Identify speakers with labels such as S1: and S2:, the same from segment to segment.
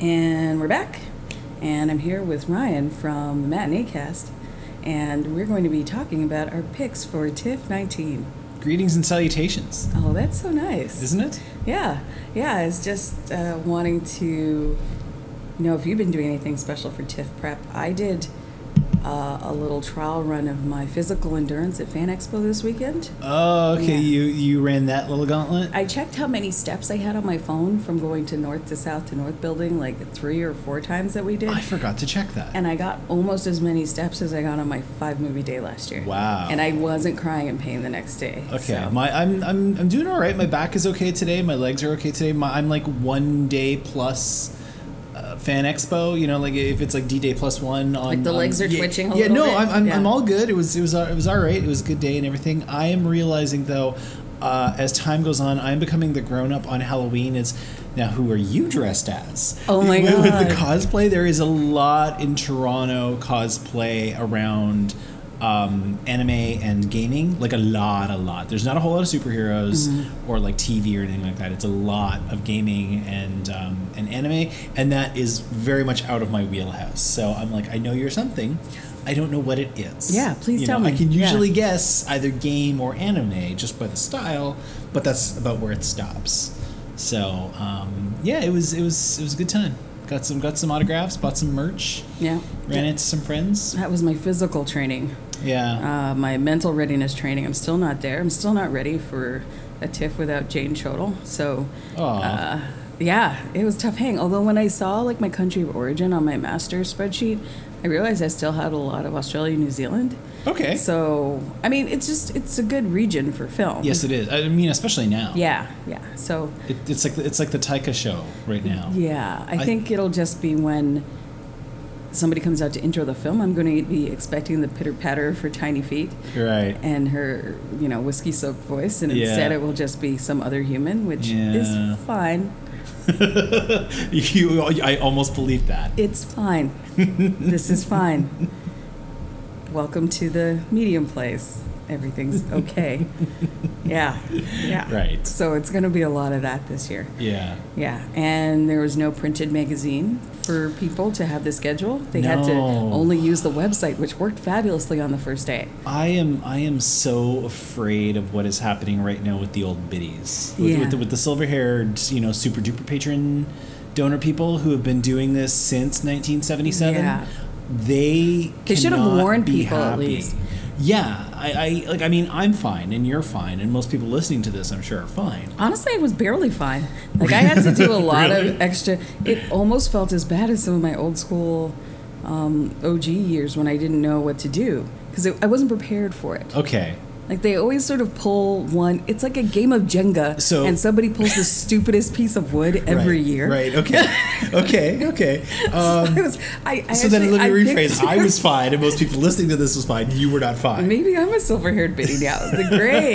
S1: And we're back. And I'm here with Ryan from the Matinee Cast. And we're going to be talking about our picks for TIFF 19.
S2: Greetings and salutations,
S1: Oh, that's so nice.
S2: isn't it?
S1: Yeah. Yeah. It's just uh, wanting to know if you've been doing anything special for TIFF prep. I did uh, a little trial run of my physical endurance at Fan Expo this weekend.
S2: Oh, okay.
S1: Yeah.
S2: You you ran that little gauntlet.
S1: I checked how many steps I had on my phone from going to north to south to north building like three or four times that we did.
S2: I forgot to check that.
S1: and I got almost as many steps as I got on my five movie day last year.
S2: Wow.
S1: And I wasn't crying in pain the next day.
S2: okay,
S1: so-
S2: my I'm, I'm I'm doing all right. My back is okay today. My legs are okay today. My, I'm like one day plus. Uh, fan expo, you know, like if it's like D Day plus one on
S1: Like the
S2: on-
S1: legs are
S2: yeah,
S1: twitching a
S2: yeah,
S1: little
S2: no,
S1: bit?
S2: I'm, I'm,
S1: Yeah.
S2: I'm all good. It was it was it was all right. It was a good day and everything. I am realizing though, uh, as time goes on, I'm becoming the grown up on Halloween. Is now who are you dressed as?
S1: Oh my
S2: With- With the
S1: God.
S2: cosplay, there is a lot in Toronto cosplay around um, anime and gaming. Like a lot, a lot. There's not a whole lot of superheroes
S1: Mm-hmm.
S2: or like TV or anything like that. It's a lot of gaming and um, and anime, and that is very much out of my wheelhouse. So I'm like, I know you're something. I don't know what it is.
S1: Yeah, please
S2: You
S1: tell
S2: know,
S1: me.
S2: I can
S1: Yeah.
S2: usually guess either game or anime just by the style, but that's about where it stops. So um, yeah, it was it was it was a good time. Got some got some autographs, bought some merch,
S1: Yeah. Uh,
S2: ran into some friends.
S1: That was my physical training.
S2: Yeah,
S1: Uh, my mental readiness training. I'm still not there. I'm still not ready for a TIFF without Jane Chodel. So,
S2: Aw.
S1: uh, yeah, it was a tough hang. Although when I saw like my country of origin on my master's spreadsheet, I realized I still had a lot of Australia, New Zealand.
S2: okay.
S1: So, I mean, it's just it's a good region for film.
S2: yes, it is. I mean, especially now.
S1: Yeah, yeah. So,
S2: it, it's like it's like the Taika show right now.
S1: yeah, I,
S2: I-
S1: think it'll just be when somebody comes out to intro the film. I'm going to be expecting the pitter patter for Tiny Feet.
S2: Right.
S1: and her, you know, whiskey soaked voice, and
S2: Yeah.
S1: instead it will just be some other human, which
S2: Yeah.
S1: is fine.
S2: you, I almost believe that.
S1: It's fine. this is fine. Welcome to the medium place. Everything's okay. yeah. Yeah.
S2: Right.
S1: So it's going to be a lot of that this year.
S2: Yeah.
S1: Yeah. And there was no printed magazine for people to have the schedule. They had to
S2: No.
S1: only use the website, which worked fabulously on the first day.
S2: I am I am so afraid of what is happening right now with the old biddies, with,
S1: Yeah.
S2: with, the, with the silver haired, you know, super duper patron donor people who have been doing this since 1977.
S1: Yeah.
S2: They
S1: They should have
S2: cannot
S1: warned
S2: be
S1: people at
S2: happy.
S1: least.
S2: Yeah, I, I like. I mean, I'm fine, and you're fine, and most people listening to this, I'm sure, are fine.
S1: Honestly, it was barely fine. Like I had to do a lot
S2: Really?
S1: of extra. It almost felt as bad as some of my old school um, OG years when I didn't know what to do because I wasn't prepared for it.
S2: Okay,
S1: Like they always sort of pull one. It's like a game of Jenga,
S2: So-
S1: and somebody pulls the stupidest piece of wood every
S2: Right,
S1: year.
S2: Right. Okay. okay. Okay. Um,
S1: I was, I, I
S2: so then,
S1: actually- I
S2: let me rephrase. I
S1: pictured-
S2: was fine, and most people listening to this was fine. You were not fine.
S1: Maybe I'm a silver haired biddy now. The gray.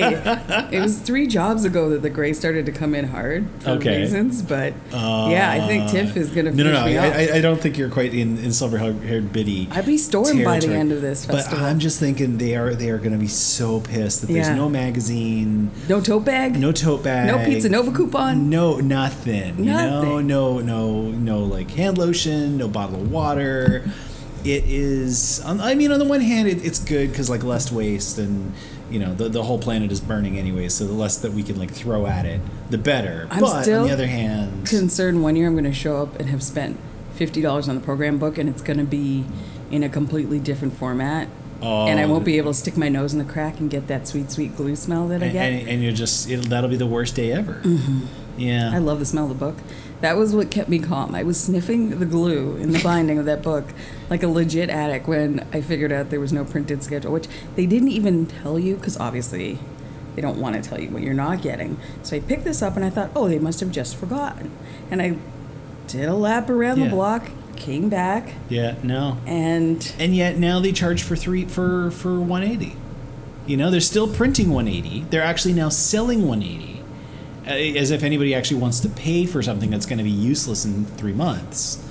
S1: it was three jobs ago that the gray started to come in hard for
S2: Okay. Uh,
S1: reasons, but yeah, I think Tiff is going to
S2: No, no,
S1: finish
S2: no.
S1: me
S2: I,
S1: off.
S2: I, I don't think you're quite in, in silver-haired Biddy.
S1: I'd be stormed by the
S2: territory.
S1: end of this festival.
S2: But I'm just thinking they are they are going to be so pissed that
S1: Yeah.
S2: there's no magazine,
S1: no tote bag.
S2: no tote bag,
S1: No Pizza Nova coupon.
S2: no nothing. You
S1: Nothing.
S2: know, no, no, no, like hand lotion, no bottle of water. It is. on- I mean, on the one hand, it, it's good because like less waste and. You know the, the whole planet is burning anyway, so the less that we can like throw at it, the better.
S1: I'm
S2: but
S1: still
S2: on the other hand,
S1: Concerned one year I'm going to show up and have spent fifty dollars on the program book, and it's going to be in a completely different format.
S2: Oh.
S1: and I won't be able to stick my nose in the crack and get that sweet, sweet glue smell that I
S2: and,
S1: get. Mm-hmm.
S2: and, and you're just it'll, that'll be the worst day ever. Yeah,
S1: I love the smell of the book. That was what kept me calm. I was sniffing the glue in the binding of that book like a legit addict when I figured out there was no printed schedule, which they didn't even tell you because obviously they don't want to tell you what you're not getting. So I picked this up and I thought, oh, they must have just forgotten. And I did a lap around
S2: Yeah.
S1: the block, came back,
S2: yeah, no,
S1: and
S2: and yet now they charge for three for for 180. You know, they're still printing 180. They're actually now selling 180, a- as if anybody actually wants to pay for something that's going to be useless in three months.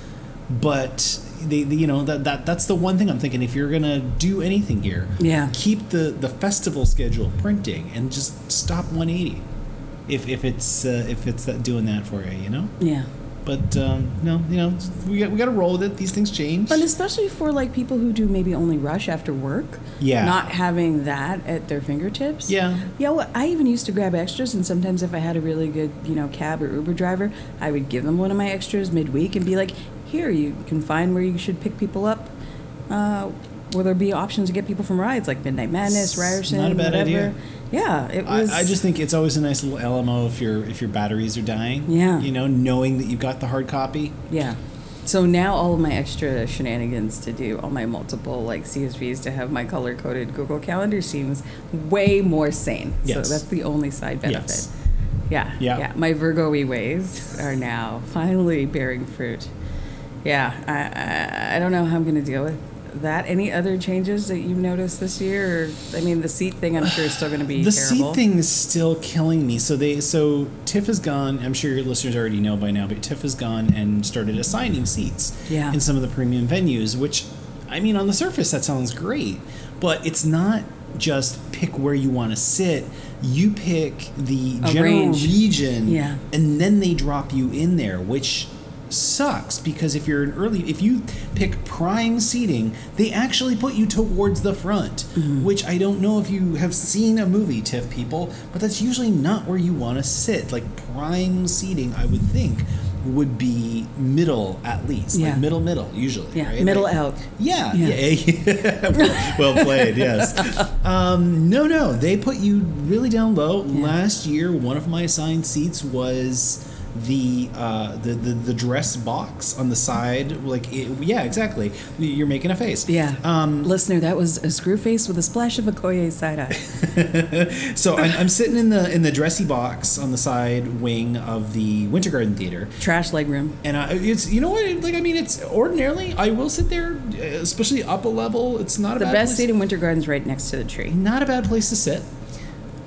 S2: But they, they- you know, that, that that's the one thing I'm thinking. If you're going to do anything here,
S1: Yeah.
S2: keep the the festival schedule printing and just stop 180. If if it's uh, if it's that, doing that for you, you know.
S1: yeah.
S2: But um, no, you know, we got, we got to roll with it. These things change.
S1: But especially for like people who do maybe only rush after work.
S2: Yeah.
S1: Not having that at their fingertips.
S2: Yeah.
S1: Yeah. Well, I even used to grab extras, and sometimes if I had a really good, you know, cab or Uber driver, I would give them one of my extras midweek and be like, "Here, you can find where you should pick people up." Uh, where there be options to get people from rides like Midnight Madness,
S2: It's
S1: Ryerson,
S2: not a bad
S1: whatever.
S2: idea.
S1: Yeah, it
S2: I,
S1: was.
S2: I just think it's always a nice little LMO if your if your batteries are dying.
S1: Yeah.
S2: You know, knowing that you've got the hard copy.
S1: Yeah. So now all of my extra shenanigans to do, all my multiple like CSVs to have my color coded Google Calendar seems way more sane.
S2: Yes.
S1: So that's the only side benefit.
S2: Yes.
S1: Yeah.
S2: Yeah.
S1: Yeah. My Virgo E ways are now finally bearing fruit. Yeah. I, I, I don't know how I'm going to deal with that. Any other changes that you've noticed this year? Or, I mean, the seat thing I'm sure is still going to be
S2: The
S1: terrible.
S2: seat thing is still killing me. So they so TIFF is gone. I'm sure your listeners already know by now, but TIFF is gone and started assigning seats
S1: Yeah.
S2: in some of the premium venues. Which, I mean, on the surface that sounds great, but it's not just pick where you want to sit. You pick the
S1: A
S2: general
S1: range.
S2: region,
S1: Yeah.
S2: and then they drop you in there, which sucks because if you're an early if you pick prime seating they actually put you towards the front
S1: Mm-hmm.
S2: which i don't know if you have seen a movie tiff people but that's usually not where you want to sit like prime seating i would think would be middle at least
S1: Yeah.
S2: like middle middle usually
S1: Yeah.
S2: right?
S1: Middle
S2: Like-
S1: out.
S2: yeah,
S1: Yeah.
S2: yeah. eh? well played. Yes. Um, no, no, they put you really down low. Last year, one of my assigned seats was the, uh, the the the dress box on the side. Like, it, yeah, exactly. You're making a face.
S1: Yeah.
S2: Um,
S1: Listener, that was a screw face with a splash of a Koye side eye.
S2: So I'm, I'm sitting in the in the dressy box on the side wing of the Winter Garden Theater,
S1: Trash leg room.
S2: And I, it's you know what like I mean it's ordinarily I will sit there uh, especially up a level it's not a
S1: The
S2: bad
S1: best
S2: place.
S1: seat in Winter Garden's right next to the tree.
S2: not a bad place to sit.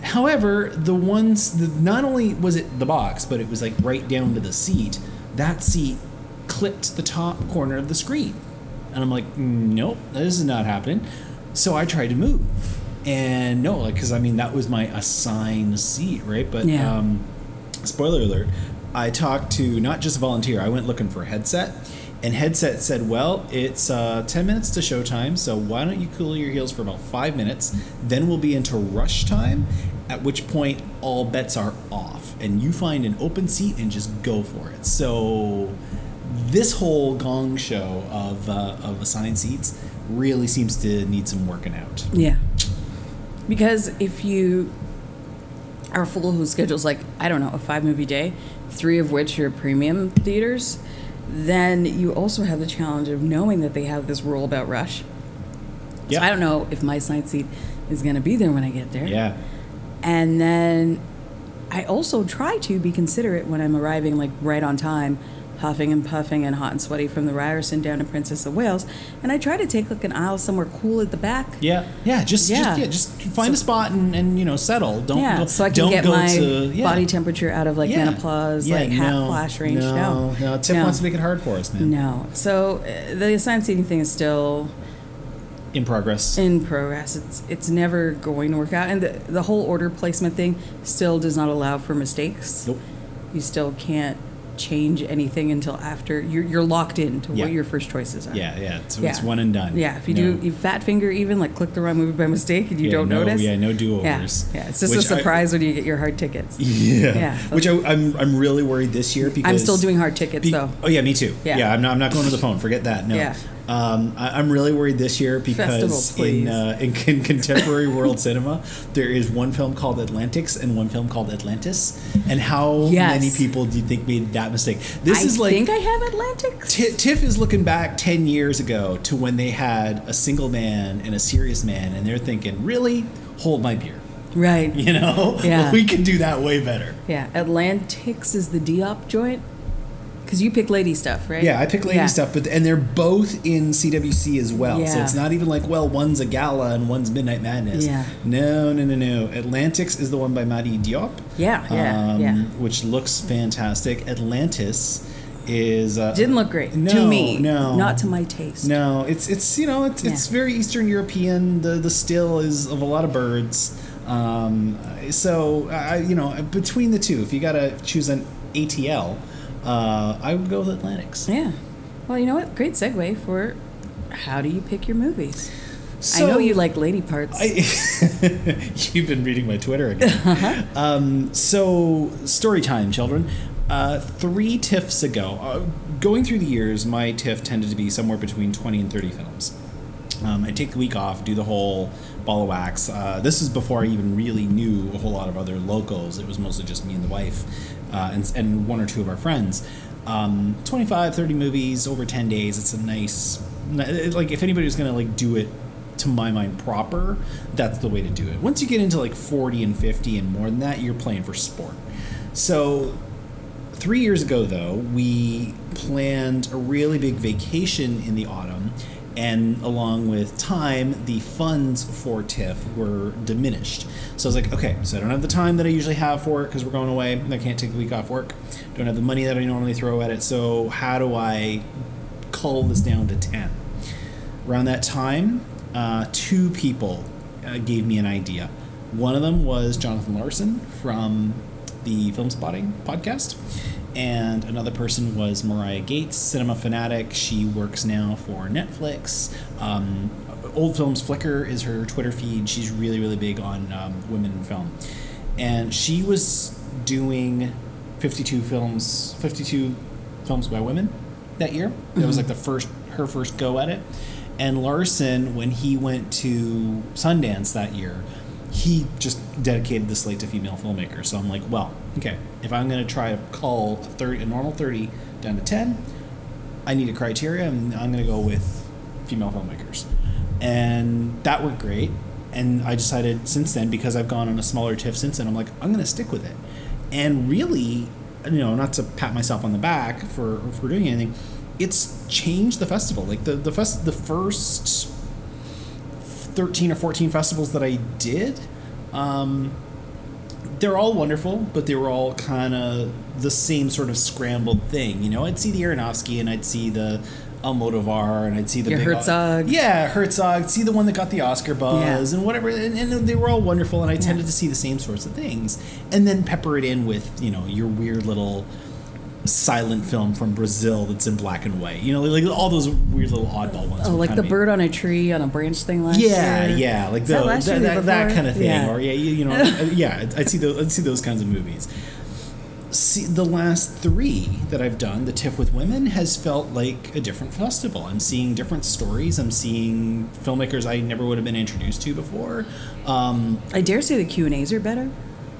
S2: However, the ones the, not only was it the box, but it was like right down to the seat. That seat clipped the top corner of the screen, and I'm like, nope, this is not happening. So I tried to move, and no, like because I mean that was my assigned seat, right? But
S1: Yeah.
S2: um, spoiler alert, I talked to not just a volunteer. I went looking for headset, and headset said, "Well, it's uh, ten minutes to showtime, so why don't you cool your heels for about five minutes? Then we'll be into rush time, at which point all bets are off, and you find an open seat and just go for it." So this whole gong show of uh, of assigned seats really seems to need some working out.
S1: Yeah. Because if you are a fool who schedules like, I don't know, a five movie day, three of which are premium theaters, then you also have the challenge of knowing that they have this rule about rush.
S2: Yeah.
S1: So I don't know if my assigned seat is going to be there when I get there.
S2: Yeah.
S1: And then I also try to be considerate when I'm arriving, like right on time, huffing and puffing and hot and sweaty from the Ryerson down to Princess of Wales. And I try to take like an aisle somewhere cool at the back.
S2: Yeah, yeah, just yeah,
S1: Yeah.
S2: just, yeah, just find a spot and, and you know settle. Don't
S1: Yeah,
S2: go,
S1: so I can
S2: don't
S1: get
S2: go
S1: my
S2: to yeah.
S1: body temperature out of like
S2: Yeah.
S1: menopause,
S2: Yeah,
S1: like half
S2: no,
S1: flash range.
S2: No,
S1: No,
S2: no, Tiff wants to make it hard for us, man.
S1: No, so uh, the assigned seating thing is still
S2: In progress.
S1: in progress. It's it's never going to work out, and the the whole order placement thing still does not allow for mistakes.
S2: nope.
S1: You still can't change anything until after you're you're locked in to
S2: Yeah.
S1: what your first choices are.
S2: Yeah, yeah. It's, it's
S1: Yeah.
S2: one and done.
S1: Yeah, if you
S2: No.
S1: do you fat finger even like click the wrong movie by mistake and you
S2: Yeah,
S1: don't
S2: no-
S1: notice.
S2: yeah, no
S1: Yeah,
S2: do-overs.
S1: yeah, it's just a
S2: Which I-
S1: surprise when you get your hard tickets.
S2: Yeah.
S1: Yeah.
S2: Which I, I'm I'm really worried this year because
S1: I'm still doing hard tickets
S2: Be-
S1: though.
S2: Oh yeah, me too. Yeah,
S1: Yeah.
S2: I'm, not, I'm not going to the phone. Forget that. No.
S1: Yeah.
S2: Um, I, I'm really worried this year
S1: Festival,
S2: because in,
S1: please.
S2: uh, in, con- contemporary world cinema, there is one film called Atlantics and one film called Atlantis. And how
S1: Yes.
S2: many people do you think made that mistake? This
S1: I
S2: is like
S1: think I have Atlantic.
S2: Ti Tiff is looking back 10 years ago to when they had a single man and a serious man, and they're thinking, really? Hold my beer.
S1: right. Yeah.
S2: You know?
S1: Yeah.
S2: we can do that way better.
S1: Atlantics is the Diop joint. Because you pick lady stuff, right?
S2: Yeah, I pick lady
S1: Yeah.
S2: stuff, but and they're both in CWC as well. So
S1: Yeah.
S2: it's not even like, well, one's a gala and one's Midnight Madness.
S1: Yeah.
S2: No, no, no, no. Atlantics is the one by Madi Diop.
S1: Yeah, yeah,
S2: um,
S1: yeah.
S2: Which looks fantastic. Atlantis is uh,
S1: Didn't look great
S2: No,
S1: to me.
S2: No,
S1: Not to my taste.
S2: No, it's it's you know it's, it's
S1: Yeah.
S2: very Eastern European. The the still is of a lot of birds. Um, so I you know between the two, if you gotta choose an ATL, uh, I would go with Atlantics.
S1: Yeah. Well, you know what? Great segue for how do you pick your movies? I know you like lady parts.
S2: I, you've been reading my Twitter again. Um, so, story time, children. Uh, three TIFFs ago, uh, going through the years, my TIFF tended to be somewhere between 20 and 30 films. Um, I take the week off, do the whole ball of wax. Uh, this is before I even really knew a whole lot of other locals. It was mostly just me and the wife uh, and, and one or two of our friends. Um, 25, 30 movies over 10 days. It's a nice, ni- like, if anybody was going to, like, do it to my mind proper, that's the way to do it. Once you get into, like, 40 and 50 and more than that, you're playing for sport. So Three years ago, though, we planned a really big vacation in the autumn, and along with time, the funds for TIFF were diminished. So I was like, okay, so I don't have the time that I usually have for it because we're going away. and I can't take the week off work. Don't have the money that I normally throw at it. So how do I cull this down to 10? Around that time, uh, two people uh, gave me an idea. One of them was Jonathan Larson from the Film Spotting podcast, and another person was Mariah Gates, cinema fanatic. She works now for Netflix. Um, Old Films Flickr is her Twitter feed. She's really, really big on um, women in film. And she was doing 52 films, 52 films by women that year. That was like the first her first go at it. And Larson, when he went to Sundance that year, he just dedicated the slate to female filmmakers. So I'm like, well, okay, if I'm going to try to cull a 30, a normal 30 down to 10, I need a criteria, and I'm going to go with female filmmakers. And that worked great. And I decided since then, because I've gone on a smaller TIFF since then, I'm like, I'm going to stick with it. And really, you know, not to pat myself on the back for, for doing anything, it's changed the festival. Like the, the, fest, the first 13 or 14 festivals that I did, um, they're all wonderful, but they were all kind of the same sort of scrambled thing. You know, I'd see the Aronofsky and I'd see the Almodovar and I'd see the
S1: Your
S2: big-
S1: Herzog.
S2: yeah, Herzog. See the one that got the Oscar buzz
S1: Yeah.
S2: and whatever, and, and they were all wonderful. And I tended
S1: Yeah.
S2: to see the same sorts of things, and then pepper it in with you know your weird little silent film from Brazil that's in black and white. You know, like all those weird little oddball ones.
S1: Oh,
S2: would
S1: like
S2: kinda
S1: the
S2: be-
S1: bird on a tree on a branch thing last
S2: yeah,
S1: year.
S2: yeah, like
S1: Was that
S2: tho-
S1: last year
S2: that,
S1: or the
S2: that, that
S1: before?
S2: kind of thing,
S1: Yeah.
S2: or yeah, you, you know, uh, yeah, I'd- I'd see those, I'd see those kinds of movies. See, the last three that I've done, the TIFF with women, has felt like a different festival. I'm seeing different stories. I'm seeing filmmakers I never would have been introduced to before. Um,
S1: I dare say the Q and A's are better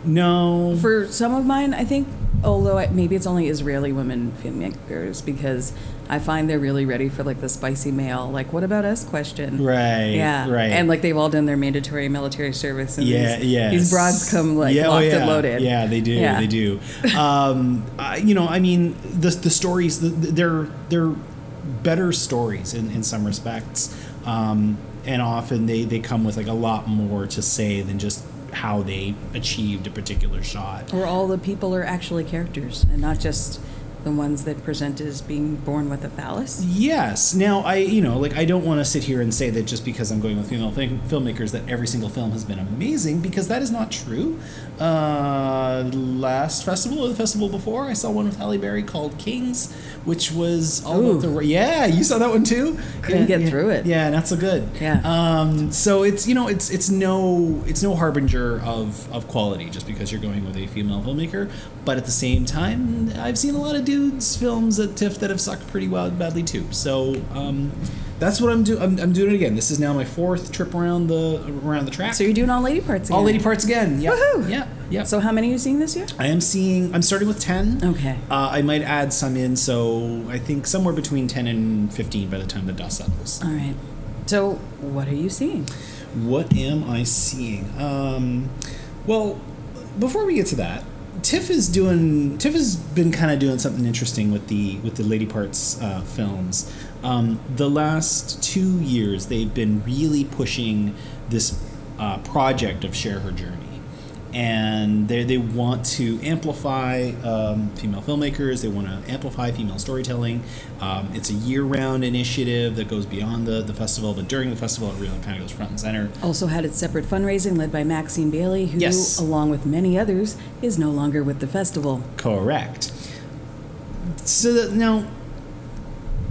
S2: no,
S1: for some of mine. I think, although I, maybe it's only Israeli women filmmakers because I find they're really ready for like the spicy male, like "What about us?" question.
S2: right,
S1: Yeah,
S2: right,
S1: And like they've all done their mandatory military service, and
S2: yeah,
S1: these,
S2: yeah.
S1: these broads come like
S2: yeah, oh,
S1: locked
S2: yeah.
S1: and loaded.
S2: Yeah, they do.
S1: Yeah.
S2: They do. Um, I, you know, I mean, the the stories the, the- they're they're better stories in, in some respects, um, and often they they come with like a lot more to say than just how they achieved a particular shot.
S1: Where all the people are actually characters and not just the ones that present as being born with a phallus.
S2: Yes. Now I, you know, like I don't want to sit here and say that just because I'm going with female film- filmmakers that every single film has been amazing because that is not true. Uh, last festival or the festival before, I saw one with Halle Berry called Kings, which was all
S1: Ooh.
S2: about the. Yeah, you saw that one too.
S1: Couldn't
S2: Yeah,
S1: get
S2: yeah.
S1: through it.
S2: Yeah, not so good.
S1: Yeah.
S2: Um, so it's you know it's it's no it's no harbinger of of quality just because you're going with a female filmmaker. But at the same time, I've seen a lot of dudes films at TIFF that have sucked pretty wild badly too. So um, that's what I'm doing. I'm, I'm doing it again. This is now my fourth trip around the around the track.
S1: So you're doing all lady parts again.
S2: all lady parts again. Yeah.
S1: Woohoo!
S2: Yeah. Yeah.
S1: So how many are you seeing this year?
S2: I am seeing. I'm starting with ten.
S1: Okay.
S2: Uh, I might add some in, so I think somewhere between ten and fifteen by the time the dust settles.
S1: All right. So what are you seeing?
S2: What am I seeing? Um, well, before we get to that, Tiff is doing. Tiff has been kind of doing something interesting with the with the Lady Parts uh, films. Um, the last two years, they've been really pushing this uh, project of Share Her Journey and they they want to amplify um, female filmmakers. They want to amplify female storytelling. Um, it's a year round initiative that goes beyond the, the festival, but during the festival, it really kind of goes front and center.
S1: Also had its separate fundraising led by Maxine Bailey, who,
S2: Yes.
S1: along with many others, is no longer with the festival.
S2: Correct. so that now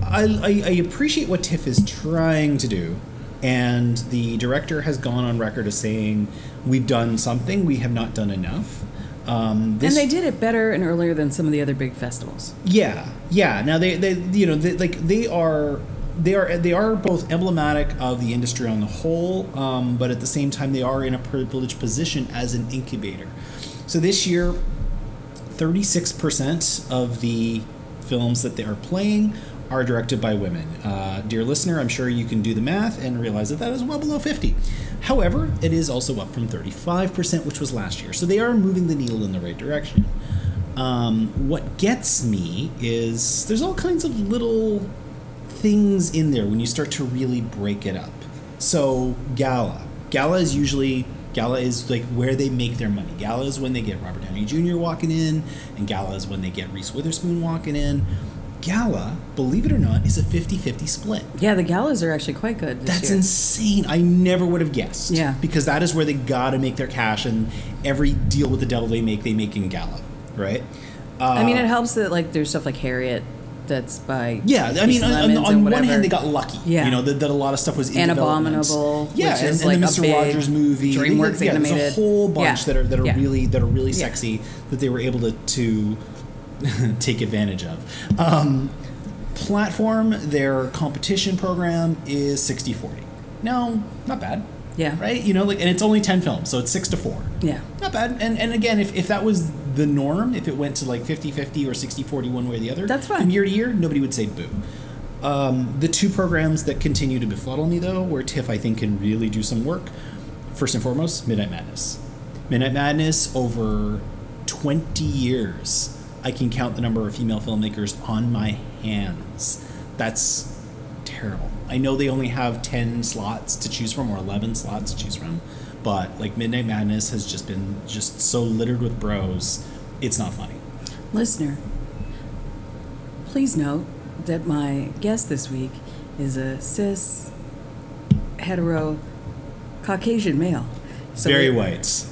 S2: I, I, I appreciate what tiff is trying to do and the director has gone on record as saying we've done something we have not done enough um,
S1: and
S2: this,
S1: they did it better and earlier than some of the other big festivals.
S2: yeah yeah now they, they you know they, like they are they are they are both emblematic of the industry on the whole um, but at the same time they are in a privileged position as an incubator so this year 36% of the films that they are playing are directed by women. Uh, dear listener, I'm sure you can do the math and realize that that is well below 50. However, it is also up from 35%, which was last year. So they are moving the needle in the right direction. Um, what gets me is there's all kinds of little things in there when you start to really break it up. So gala, gala is usually gala is like where they make their money. Gala is when they get Robert Downey Jr. walking in, and gala is when they get Reese Witherspoon walking in. Gala, believe it or not, is a 50-50 split.
S1: Yeah, the galas are actually quite good. This
S2: That's
S1: year.
S2: insane. I never would have guessed.
S1: Yeah.
S2: Because that is where they gotta make their cash, and every deal with the devil they make, they make in gala, right? Uh,
S1: I mean, it helps that like there's stuff like Harriet that's by
S2: Yeah, I mean,
S1: Jason
S2: on, on,
S1: Lemons and
S2: on one
S1: whatever.
S2: hand, they got lucky.
S1: Yeah.
S2: You know, that, that a lot of stuff was in
S1: And
S2: development.
S1: Abominable,
S2: Yeah,
S1: which
S2: and,
S1: is
S2: and
S1: like
S2: the
S1: a
S2: Mr.
S1: big
S2: Rogers movie. They-
S1: DreamWorks
S2: yeah, There's
S1: animated.
S2: a whole bunch
S1: Yeah.
S2: that are that are
S1: Yeah.
S2: really that are really
S1: Yeah.
S2: sexy that they were able to to take advantage of. Um, platform, their competition program is 60-40. No, not bad.
S1: Yeah.
S2: Right? You know, like and it's only ten films, so it's six to four
S1: Yeah.
S2: not bad and and again if, if that was the norm if it went to like 50-50 or 60-40 one way or the other
S1: That's fine.
S2: from year to year nobody would say boo um, the two programs that continue to befuddle me though where tiff i think can really do some work first and foremost midnight madness midnight madness over 20 years i can count the number of female filmmakers on my hands that's terrible. I know they only have 10 slots to choose from or 11 slots to choose from, but like Midnight Madness has just been just so littered with bros. It's not funny.
S1: Listener, please note that my guest this week is a cis, hetero, Caucasian male. So
S2: Very
S1: we-
S2: white.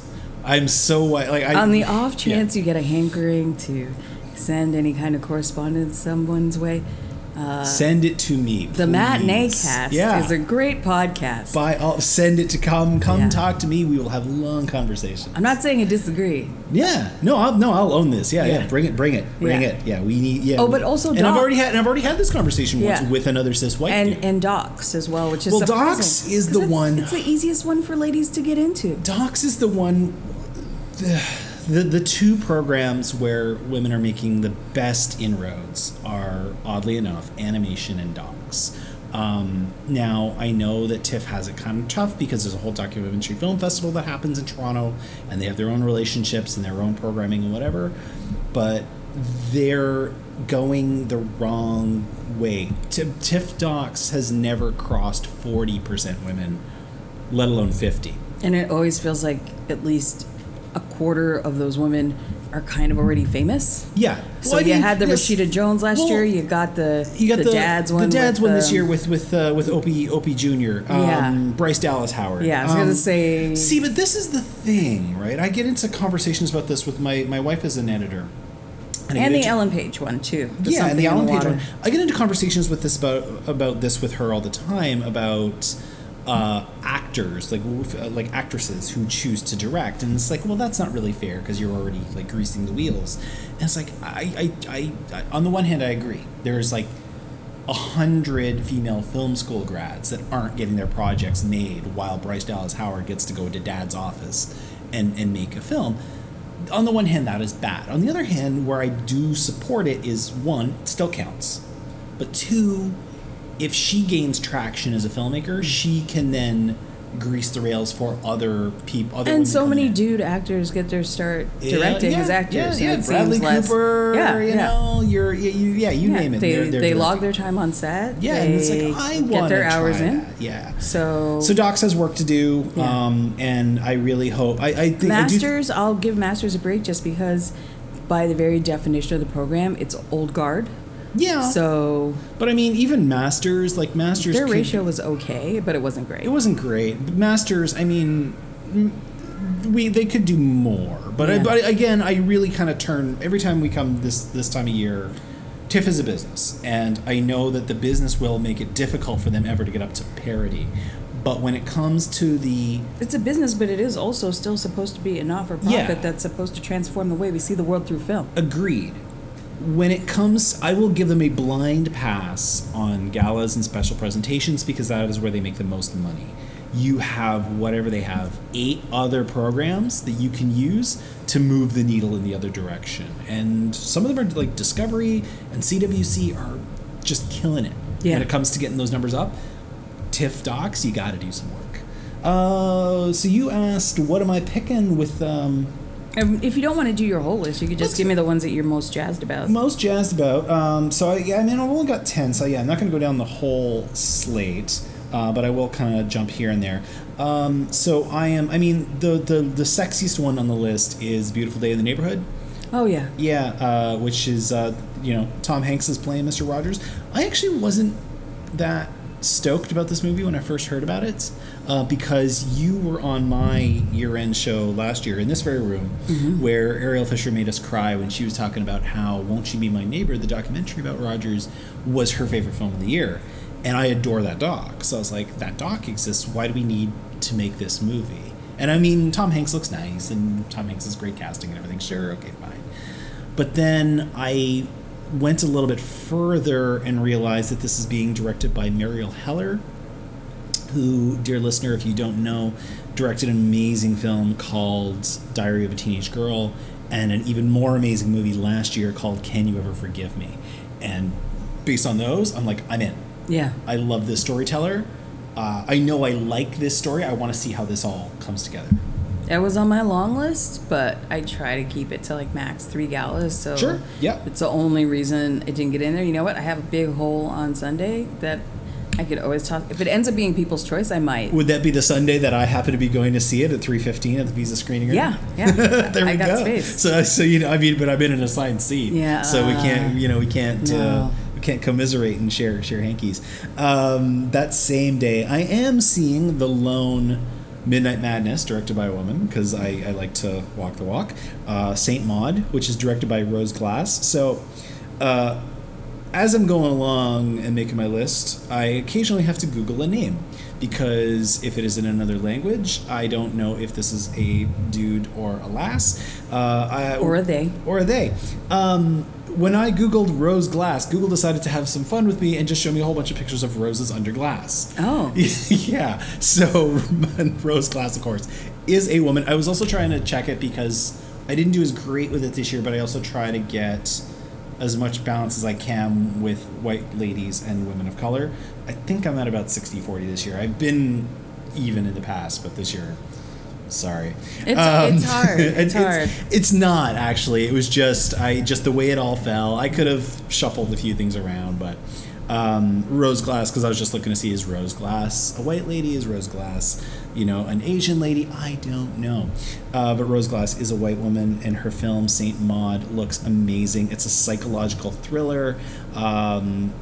S2: I'm so white. Like I,
S1: On the off
S2: Yeah.
S1: chance you get a hankering to send any kind of correspondence someone's way, uh,
S2: send it to me.
S1: the Matinee
S2: please.
S1: Cast
S2: yeah.
S1: is a great podcast.
S2: By all, send it to come. Come
S1: Yeah.
S2: talk to me. We will have long conversations.
S1: I'm not saying I disagree.
S2: Yeah. No. I'll, no. I'll own this. Yeah, yeah.
S1: Yeah.
S2: Bring it. Bring it. Bring
S1: Yeah.
S2: it. Yeah. We need. Yeah.
S1: Oh,
S2: we-
S1: but also
S2: And I've
S1: Doc-
S2: already had. And I've already had this conversation
S1: Yeah.
S2: once with another cis white dude.
S1: and and docs as well, which is
S2: Well,
S1: surprising,
S2: docs is
S1: 'cause
S2: the
S1: it's-
S2: one-
S1: It's the easiest one for ladies to get into.
S2: Docs is the one, the, the two programs where women are making the best inroads are oddly enough animation and Docs. Um, now I know that TIFF has it kind of tough because there's a whole documentary film festival that happens in Toronto, and they have their own relationships and their own programming and whatever, but they're going the wrong way. T- TIFF Docs has never crossed forty percent women, let alone fifty.
S1: And it always feels like at least a quarter of those women are kind of already famous.
S2: Yeah.
S1: So
S2: Well, I
S1: you
S2: mean,
S1: had the
S2: yes.
S1: Rashida Jones last
S2: Well,
S1: year. You got the
S2: You got the,
S1: dad's one.
S2: The dad's
S1: with,
S2: one this
S1: um,
S2: year with with uh, with Opie Opie Jr. Um,
S1: Yeah.
S2: Bryce Dallas Howard.
S1: Yeah, I was
S2: Um,
S1: gonna say-
S2: See, but this is the thing, right? I get into conversations about this with my my wife is an editor, I get
S1: and the
S2: into-
S1: Ellen Page one too. the
S2: yeah, and
S1: Something
S2: the
S1: in
S2: Alan Page
S1: Water.
S2: one. I get into conversations with this about about this with her all the time about uh, actors like w- uh, like actresses who choose to direct, and it's like, well, that's not really fair because you're already like greasing the wheels. And it's like, I, I, I, I on the one hand, I agree. There's like a hundred female film school grads that aren't getting their projects made, while Bryce Dallas Howard gets to go to Dad's office and and make a film on the one hand, that is bad. On the other hand, where I do support it is one, it still counts. But two, if she gains traction as a
S1: Hmm.
S2: filmmaker, she can then grease the rails for other people. Other women
S1: And so
S2: coming
S1: many
S2: in.
S1: dude actors get their start
S2: Yeah,
S1: directing
S2: yeah,
S1: as actors.
S2: Yeah, yeah.
S1: and it
S2: Bradley
S1: seems less-
S2: Cooper.
S1: yeah,
S2: you
S1: yeah.
S2: know, you're, yeah, you, yeah, you
S1: Yeah,
S2: name it.
S1: They,
S2: they're- they're
S1: they log
S2: directing.
S1: their time on set.
S2: Yeah, and it's
S1: they
S2: like I
S1: get
S2: want
S1: their hours in.
S2: Yeah.
S1: So,
S2: So Docs has work to do,
S1: Yeah.
S2: um, and I really hope I, I think I do-
S1: Masters, I'll give Masters a break just because, by the very definition of the program, it's old guard.
S2: yeah.
S1: So
S2: But I mean, even masters, like masters,
S1: their
S2: could-
S1: ratio was okay, but it wasn't great.
S2: it wasn't great. But masters, I mean, m- we they could do more. But I,
S1: Yeah.
S2: but again, I really kind of turn every time we come this this time of year. TIFF is a business, and I know that the business will make it difficult for them ever to get up to parity. But when it comes to the
S1: It's a business, but it is also still supposed to be a not for profit
S2: Yeah.
S1: that's supposed to transform the way we see the world through film.
S2: agreed, when it comes, I will give them a blind pass on galas and special presentations because that is where they make the most money. You have whatever they have, eight other programs that you can use to move the needle in the other direction. And some of them are like Discovery and CWC are just killing it
S1: Yeah.
S2: when it comes to getting those numbers up. TIFF docs, you got to do some work. Uh, so you asked, what am I picking with um,
S1: And if you don't want to do your whole list, you could just
S2: Let's-
S1: give me the ones that you're most jazzed about.
S2: most jazzed about. Um, so I, yeah, I mean, I've only got ten. So yeah, I'm not going to go down the whole slate, uh, but I will kind of jump here and there. Um, so I am. I mean, the, the the sexiest one on the list is "Beautiful Day in the Neighborhood."
S1: Oh yeah.
S2: Yeah, uh, which is uh, you know Tom Hanks is playing Mr. Rogers. I actually wasn't that stoked about this movie when I first heard about it uh, because you were on my year-end show last year in this very room where Ariel Fisher made us cry when she was talking about how "Won't She Be My Neighbor," the documentary about Rogers, was her favorite film of the year, and I adore that doc. So I was like, that doc exists. Why do we need to make this movie? And I mean, Tom Hanks looks nice, and Tom Hanks is great casting and everything. Sure, okay, fine. But then I went a little bit further and realized that this is being directed by Mariel Heller, who, dear listener, if you don't know, directed an amazing film called Diary of a Teenage Girl and an even more amazing movie last year called Can You Ever Forgive Me? And based on those, I'm like, I'm in.
S1: Yeah.
S2: I love this storyteller. Uh, I know I like this story. I want to see how this all comes together.
S1: That was on my long list, but I try to keep it to like max three galas. So
S2: Sure, yeah.
S1: it's the only reason I didn't get in there. You know what? I have a big hole on Sunday that I could always talk. If it ends up being People's Choice, I might.
S2: Would that be the Sunday that I happen to be going to see it at three fifteen at the Visa screening? room?
S1: Yeah, yeah.
S2: there
S1: I
S2: we
S1: got
S2: go.
S1: space.
S2: So, so you know, I mean, but I've been in an assigned seat.
S1: Yeah,
S2: So we
S1: uh,
S2: can't, you know, we can't, uh,
S1: no.
S2: we can't commiserate and share share hankies. Um, that same day, I am seeing the lone. Midnight Madness, directed by a woman, because I, I like to walk the walk. Uh, Saint Maud, which is directed by Rose Glass. So, uh, as I'm going along and making my list, I occasionally have to Google a name because if it is in another language, I don't know if this is a dude or a lass. Uh, I,
S1: Or a they.
S2: Or a they. Um, when I Googled Rose Glass, Google decided to have some fun with me and just show me a whole bunch of pictures of roses under glass.
S1: Oh.
S2: yeah. So Rose Glass, of course, is a woman. I was also trying to check it because I didn't do as great with it this year, but I also try to get as much balance as I can with white ladies and women of color. I think I'm at about 60 40 this year. I've been even in the past, but this year, sorry. Um,
S1: It's- it's hard. It's hard.
S2: It's not actually. It was just I just the way it all fell. I could have shuffled a few things around, but um, rose glass because I was just looking to see is rose glass a white lady? Is rose glass you know an Asian lady? I don't know. Uh, but rose glass is a white woman, and her film Saint Maud looks amazing. It's a psychological thriller. Um,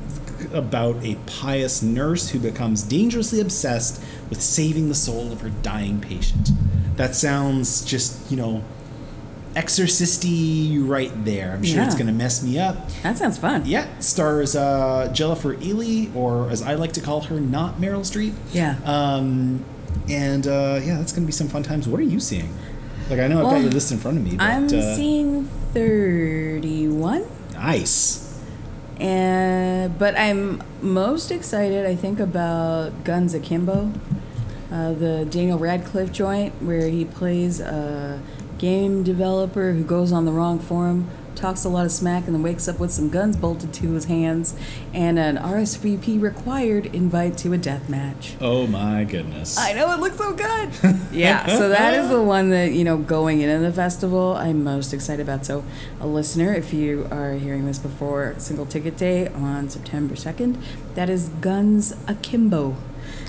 S2: about a pious nurse who becomes dangerously obsessed with saving the soul of her dying patient. That sounds just, you know, exorcisty right there. I'm sure it's
S1: Yeah.
S2: going to mess me up.
S1: That sounds fun.
S2: Yeah, stars uh, Jennifer Ely, or as I like to call her, not Meryl Streep.
S1: Yeah.
S2: Um, and uh, yeah, that's going to be some fun times. What are you seeing? Like, I know I've got
S1: Well,
S2: your list in front of me, but
S1: I'm
S2: uh,
S1: seeing 31.
S2: nice.
S1: And but I'm most excited, I think, about Guns Akimbo, uh, the Daniel Radcliffe joint where he plays a game developer who goes on the wrong forum, talks a lot of smack, and then wakes up with some guns bolted to his hands and an RSVP required invite to a death match.
S2: Oh my goodness.
S1: I know it looks so good. yeah, so that is the one that you know going into the festival I'm most excited about. So, a listener, if you are hearing this before single ticket day on September second, that is Guns Akimbo. um,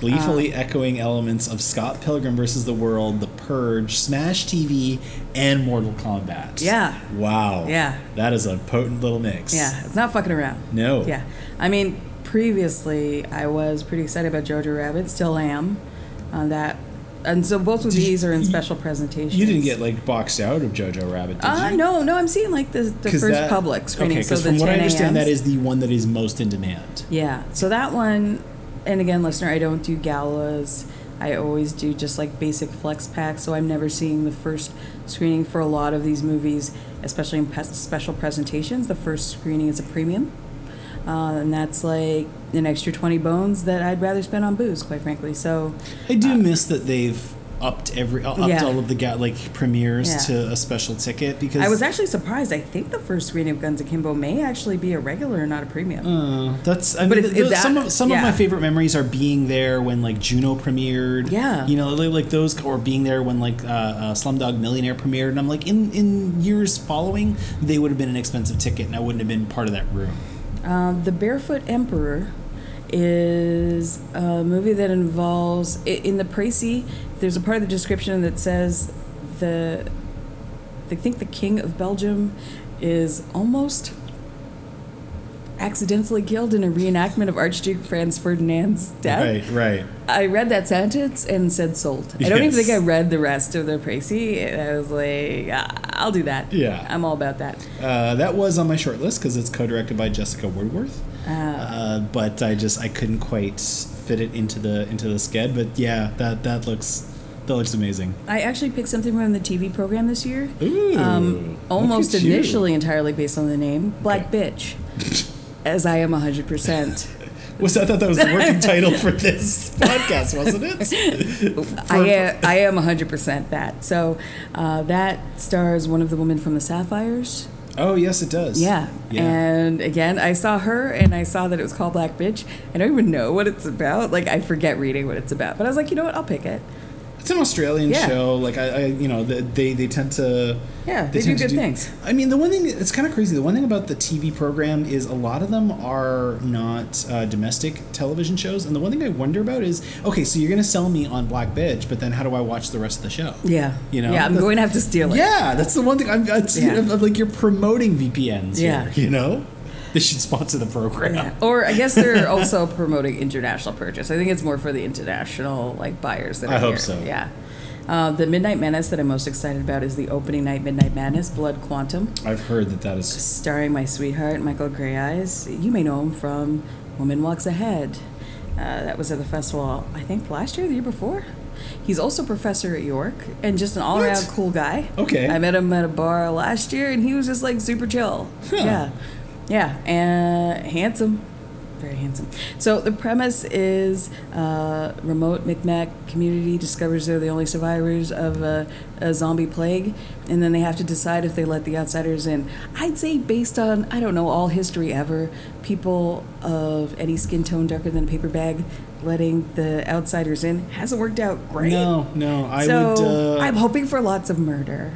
S2: gleefully echoing elements of Scott Pilgrim versus the World, The Purge, Smash TV, and Mortal Kombat.
S1: Yeah.
S2: Wow.
S1: Yeah.
S2: That is a potent little mix.
S1: Yeah, it's not fucking around.
S2: No.
S1: Yeah, I mean, previously I was pretty excited about Jojo Rabbit. Still am. Uh, that And so both of
S2: Did you-
S1: these are in
S2: you-
S1: special presentations.
S2: You didn't get like boxed out of Jojo Rabbit, did
S1: Uh,
S2: you?
S1: no, no, I'm seeing like the, the
S2: 'Cause
S1: first
S2: that-
S1: public screening.
S2: Okay,
S1: so
S2: because
S1: the
S2: from what I
S1: 10
S2: understand, that
S1: AMs.
S2: is the one that is most in demand.
S1: Yeah. So that one, and again, listener, I don't do galas. I always do just like basic flex packs. So I'm never seeing the first screening for a lot of these movies, especially in pe- special presentations. The first screening is a premium. Uh, and that's like an extra 20 bones that I'd rather spend on booze, quite frankly. So,
S2: I do miss that they've upped every uh, upped
S1: Uh, Yeah.
S2: all of the ga- like premieres
S1: Yeah.
S2: to a special ticket because
S1: I was actually surprised. I think the first screening of Guns Akimbo may actually be a regular and not a premium.
S2: Uh, that's I mean
S1: But it-
S2: th- th-
S1: that-
S2: some of some of
S1: yeah.
S2: my favorite memories are being there when like Juno premiered.
S1: Yeah.
S2: you know li- like those or being there when like uh, uh, Slumdog Millionaire premiered, and I'm like in in years following they would have been an expensive ticket, and I wouldn't have been part of that room.
S1: Um, the Barefoot Emperor is a movie that involves i- in the précis. There's a part of the description that says the they think the king of Belgium is almost accidentally killed in a reenactment of Archduke Franz Ferdinand's death.
S2: right.
S1: I read that sentence and said sold. I don't even
S2: Yes.
S1: think I read the rest of the précis. I was like, "Ah, I'll do that.
S2: Yeah.
S1: I'm all about that.
S2: Uh, that was on my short list because it's co-directed by Jessica Woodworth.
S1: Uh,
S2: Uh, but I just I couldn't quite fit it into the into the sked. But yeah, that that looks that looks amazing.
S1: I actually picked something from the TV program this year.
S2: Ooh,
S1: um,
S2: look
S1: almost
S2: at you.
S1: initially entirely based on the name Black Bitch, as I am 100%.
S2: Was I thought that was the working title for this podcast, wasn't it?
S1: I, am, I am 100% that. So uh, that stars one of the women from the Sapphires.
S2: Oh yes, it does.
S1: Yeah.
S2: Yeah.
S1: And again, I saw her and I saw that it was called Black Bitch. I don't even know what it's about. Like, I forget reading what it's about. But I was like, you know what? I'll pick it.
S2: it's an Australian
S1: Yeah.
S2: show. Like I, I, you know, th- they they tend to.
S1: Yeah, they do
S2: tend to
S1: good things.
S2: I mean, the one thing it's kind of crazy. The one thing about the TV program is a lot of them are not uh, domestic television shows, and the one thing I wonder about is okay, so you're gonna sell me on Black Bitch, but then how do I watch the rest of the show?
S1: Yeah.
S2: You know,
S1: Yeah, I'm
S2: the-
S1: going to have to steal it.
S2: Yeah, that's the one thing. I'm, it's,
S1: Yeah.
S2: I'm like you're promoting VPNs.
S1: Yeah.
S2: here, you know, they should sponsor the program.
S1: Yeah. Or I guess they're also promoting international purchase. I think it's more for the international like buyers that are
S2: I hope
S1: here.
S2: so.
S1: Yeah. Uh, the Midnight Menace that I'm most excited about is the opening night Midnight Madness Blood Quantum,
S2: I've heard that that is
S1: starring my sweetheart Michael Grey Eyes. You may know him from Woman Walks Ahead. Uh, that was at the festival, I think last year, or the year before. He's also professor at York and just an all around
S2: What?
S1: cool guy.
S2: Okay.
S1: I met him at a bar last year and he was just like super chill.
S2: Huh.
S1: Yeah. Yeah. And handsome. Very handsome. So the premise is uh, remote Micmac community discovers they're the only survivors of a, a zombie plague, and then they have to decide if they let the outsiders in. I'd say, based on, I don't know, all history ever, people of any skin tone darker than a paper bag letting the outsiders in hasn't worked out great.
S2: no, no. I
S1: so
S2: would. Uh,
S1: I'm hoping for lots of murder.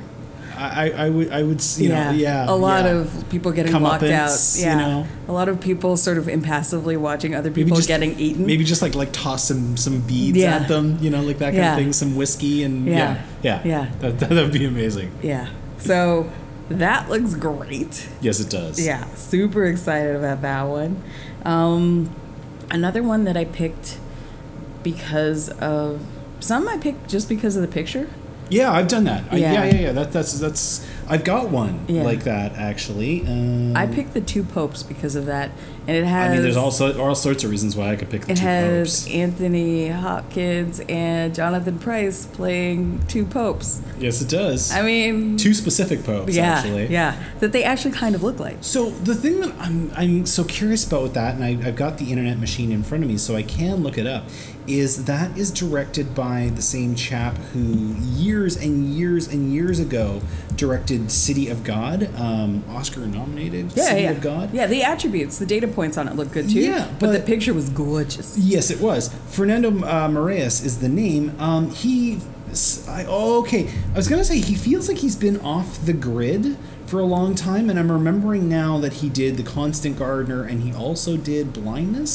S2: I, I would I would s- you know yeah
S1: a lot
S2: yeah.
S1: of people getting locked out.
S2: Comeuppance, you
S1: Yeah,
S2: know?
S1: a lot of people sort of impassively watching other people getting eaten.
S2: Maybe just like like toss some some beads
S1: Yeah.
S2: at them, you know, like that kind
S1: Yeah.
S2: of thing. Some whiskey and
S1: Yeah.
S2: yeah, yeah,
S1: Yeah.
S2: That that would be amazing.
S1: Yeah. So that looks great.
S2: Yes, it does.
S1: Yeah, super excited about that one. Um, another one that I picked because of some I picked just because of the picture.
S2: yeah. I've done that. I-
S1: Yeah.
S2: Yeah, yeah, yeah. That that's that's. I've got one
S1: Yeah.
S2: like that actually. Um,
S1: I picked the two popes because of that, and it has.
S2: I mean, there's also all sorts of reasons why I could pick the
S1: It
S2: two
S1: has
S2: popes.
S1: Anthony Hopkins and Jonathan Price playing two popes.
S2: Yes, it does.
S1: I mean,
S2: two specific popes
S1: yeah,
S2: actually.
S1: yeah, that they actually kind of look like.
S2: So the thing that I'm I'm so curious about with that, and I, I've got the internet machine in front of me, so I can look it up, is that is directed by the same chap who years and years and years ago directed City of God, um, Oscar nominated
S1: Yeah,
S2: City
S1: yeah.
S2: of God.
S1: Yeah, the attributes, the data points on it look good too.
S2: Yeah,
S1: but, the
S2: but-
S1: picture was gorgeous.
S2: Yes, it was. Fernando uh, Moraes is the name. Um, he, s I oh, okay. I was gonna say he feels like he's been off the grid for a long time, and I'm remembering now that he did The Constant Gardener and he also did Blindness.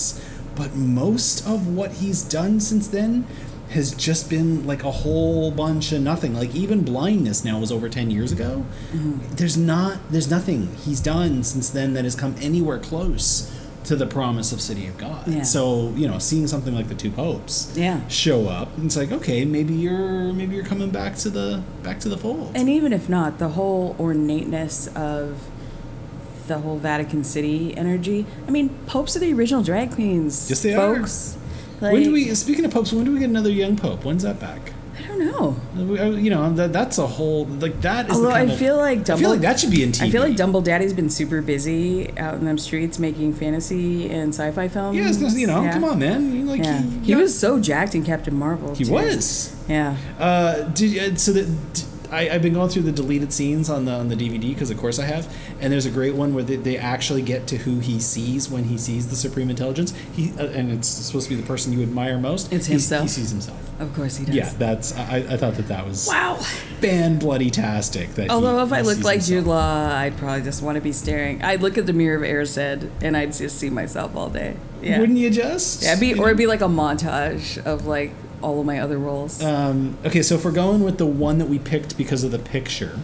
S2: But most of what he's done since then has just been like a whole bunch of nothing. Like even blindness now was over ten years ago. There's not there's nothing he's done since then that has come anywhere close to the promise of City of God.
S1: Yeah.
S2: So you know, seeing something like the Two Popes
S1: Yeah.
S2: show up, it's like okay, maybe you're maybe you're coming back to the back to the fold.
S1: And even if not, the whole ornateness of the whole Vatican City energy. I mean, popes are the original drag queens.
S2: Yes, they are.
S1: folks. Like,
S2: when do we? Speaking of popes, when do we get another young pope? When's that back?
S1: I don't know.
S2: We- I- You know, that, that's a whole like that is.
S1: Although
S2: the kind
S1: I
S2: of-
S1: feel like
S2: I feel
S1: Dumble-
S2: like that should be in TV.
S1: I feel like Dumble Daddy's been super busy out in them streets making fantasy and sci-fi films.
S2: Yeah, it's just, you know,
S1: Yeah.
S2: come on, man. You, Like
S1: Yeah.
S2: you-
S1: He
S2: you-
S1: was so jacked in Captain Marvel.
S2: He
S1: too.
S2: was.
S1: Yeah.
S2: Uh, did, uh, so that d- I, have been going through the deleted scenes on the on the DVD because of course I have, and there's a great one where they, they actually get to who he sees when he sees the Supreme Intelligence. He uh, and it's supposed to be the person you admire most.
S1: It's
S2: He-
S1: himself.
S2: He, sees himself.
S1: Of course he does.
S2: Yeah, that's I, I thought that that was
S1: Wow.
S2: fan bloody tastic. That he-
S1: Although if
S2: he
S1: I looked
S2: sees
S1: like
S2: himself.
S1: Jude Law, I'd probably just want to be staring. I'd look at the mirror of Erised and I'd just see myself all day. Yeah.
S2: wouldn't you just?
S1: yeah, it'd be, or it'd be like a montage of like all of my other roles.
S2: Um, okay, so if we're going with the one that we picked because of the picture,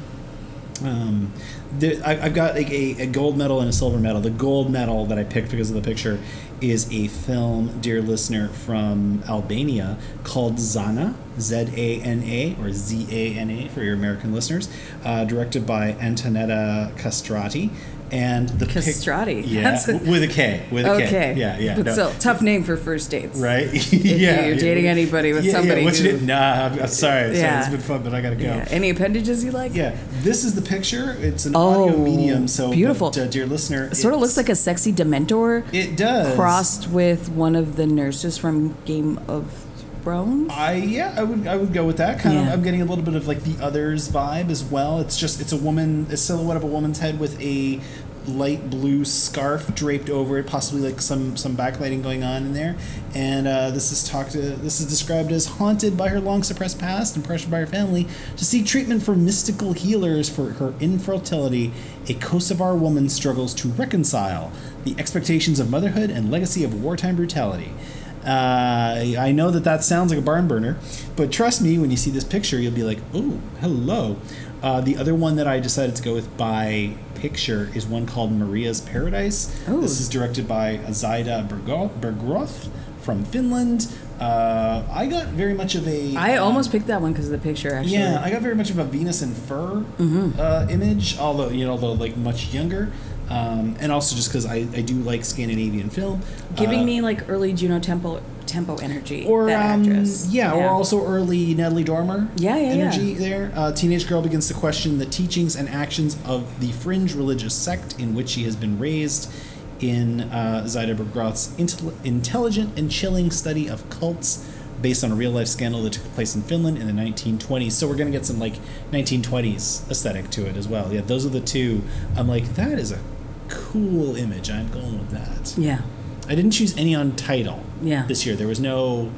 S2: um, the, I, I've got like a, a gold medal and a silver medal. The gold medal that I picked because of the picture is a film, dear listener, from Albania called Zana, Z A N A, or Z A N A for your American listeners, uh, directed by Antonetta Castrati. And the pic-
S1: Castrati.
S2: yeah,
S1: That's a-
S2: with a K, with a K.
S1: okay.
S2: yeah, yeah,
S1: But
S2: no.
S1: still, tough name for first dates.
S2: Right?
S1: you're dating anybody with somebody
S2: Yeah, what's
S1: who-
S2: your name? Nah, I'm, I'm sorry.
S1: Yeah.
S2: sorry. It's been fun, but I gotta go.
S1: Yeah.
S2: Yeah.
S1: Any appendages you like?
S2: this is the picture. It's an
S1: Oh,
S2: audio medium, so
S1: beautiful.
S2: But, uh, dear listener,
S1: It sort of looks
S2: it's-
S1: like a sexy Dementor
S2: it does
S1: crossed with one of the nurses from Game of Thrones.
S2: I yeah, I would I would go with that kind
S1: Yeah.
S2: of. I'm getting a little bit of like the others vibe as well. It's just it's a woman, a silhouette of a woman's head with a light blue scarf draped over it, possibly like some some backlighting going on in there. And uh, this is talked to, this is described as haunted by her long suppressed past and pressured by her family to seek treatment from mystical healers for her infertility. A Kosovar woman struggles to reconcile the expectations of motherhood and legacy of wartime brutality. Uh, I know that that sounds like a barn burner, but trust me, when you see this picture, you'll be like, "Oh, hello." Uh, the other one that I decided to go with by picture is one called Maria's Paradise.
S1: Oh.
S2: This is directed by Zaida Bergo- Bergroth from Finland. Uh, I got very much of a.
S1: I
S2: um,
S1: almost picked that one because of the picture, actually.
S2: yeah, I got very much of a Venus and fur
S1: Mm-hmm.
S2: uh, image, although you know, although like much younger, um, and also just because I, I do like Scandinavian film,
S1: giving
S2: Uh,
S1: me like early Juno Tempo tempo energy.
S2: or
S1: that
S2: um,
S1: actress.
S2: yeah, or also early Natalie Dormer.
S1: Yeah, yeah, yeah.
S2: energy there. Uh, teenage girl begins to question the teachings and actions of the fringe religious sect in which she has been raised. In uh, Zaida Bergroth's intel- intelligent and chilling study of cults, based on a real life scandal that took place in Finland in the 1920s. So we're gonna get some like 1920s aesthetic to it as well. Yeah, those are the two. I'm like, that is a cool image. I'm going with that.
S1: yeah,
S2: I didn't choose any on title.
S1: Yeah.
S2: This year there was no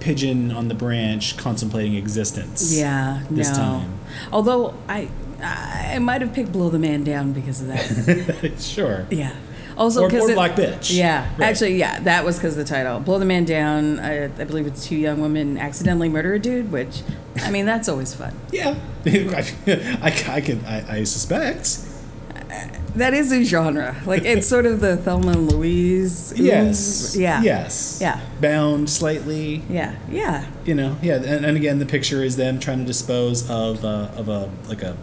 S2: pigeon on the branch contemplating existence.
S1: yeah,
S2: This
S1: no.
S2: time.
S1: Although I, I might have picked "Blow the Man Down" because of that.
S2: sure.
S1: yeah. Also,
S2: or
S1: because
S2: or black bitch.
S1: Yeah,
S2: Right.
S1: actually, yeah, that was because the title "Blow the Man Down." I, I believe it's two young women accidentally murder a dude, which, I mean, that's always fun.
S2: Yeah. I, I can. I, I suspect.
S1: That is a genre. Like it's sort of the Thelma and Louise.
S2: Yes.
S1: Yeah.
S2: Yes.
S1: Yeah.
S2: Bound slightly.
S1: Yeah. Yeah.
S2: You know. Yeah. And, and again, the picture is them trying to dispose of uh, of a like a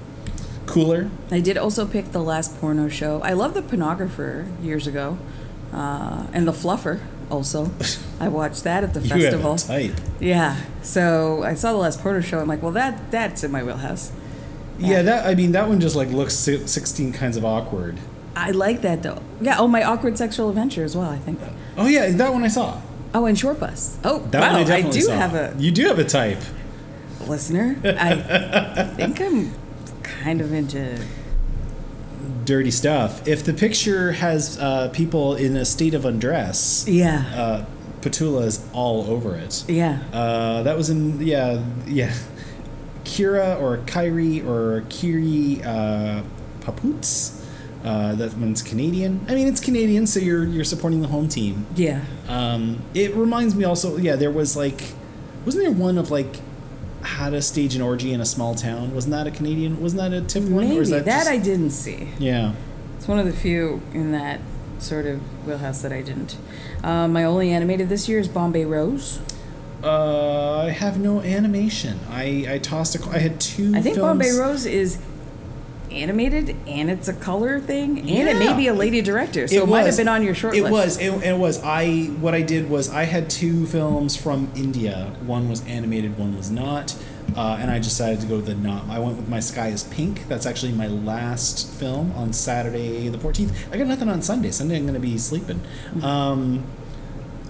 S2: cooler.
S1: I did also pick the last porno show. I love the pornographer years ago, uh, and the fluffer also. I watched that at the festival.
S2: You have a type.
S1: yeah, so I saw the last porno show. I'm like, well, that that's in my wheelhouse. Yeah.
S2: yeah. That I mean, that one just like looks si- sixteen kinds of awkward.
S1: I like that though. Yeah. Oh, my awkward sexual adventure as well. I think.
S2: Oh yeah, that one I saw.
S1: Oh, and short bus. Oh,
S2: That
S1: wow.
S2: one I definitely
S1: do
S2: saw.
S1: have a
S2: You do have a type.
S1: listener. I think I'm kind of into.
S2: Dirty stuff. If the picture has uh, people in a state of undress,
S1: Yeah.
S2: uh, Petula is all over it.
S1: Yeah.
S2: Uh, that was in yeah yeah. Kira or Kyrie or Kiri uh, Paputs. Uh, that one's Canadian. I mean, it's Canadian, so you're you're supporting the home team.
S1: Yeah.
S2: Um, it reminds me also, yeah, there was like, wasn't there one of like how to stage an orgy in a small town? Wasn't that a Canadian? Wasn't that a TIFF one?
S1: Maybe
S2: is
S1: that,
S2: just-
S1: I didn't see.
S2: yeah.
S1: It's one of the few in that sort of wheelhouse that I didn't. Um, my only animated this year is Bombay Rose.
S2: Uh, I have no animation. I, I tossed a. co- I had two.
S1: I think
S2: films.
S1: Bombay Rose is animated and it's a color thing and it may
S2: Yeah.
S1: be a lady director, so it, might have been on your short
S2: it
S1: list.
S2: was. It, it was. I what I did was I had two films from India. One was animated. One was not. Uh, and I decided to go with the not. I went with my Sky is Pink. That's actually my last film on Saturday the fourteenth. I got nothing on Sunday. Sunday I'm going to be sleeping.
S1: Mm-hmm.
S2: Um,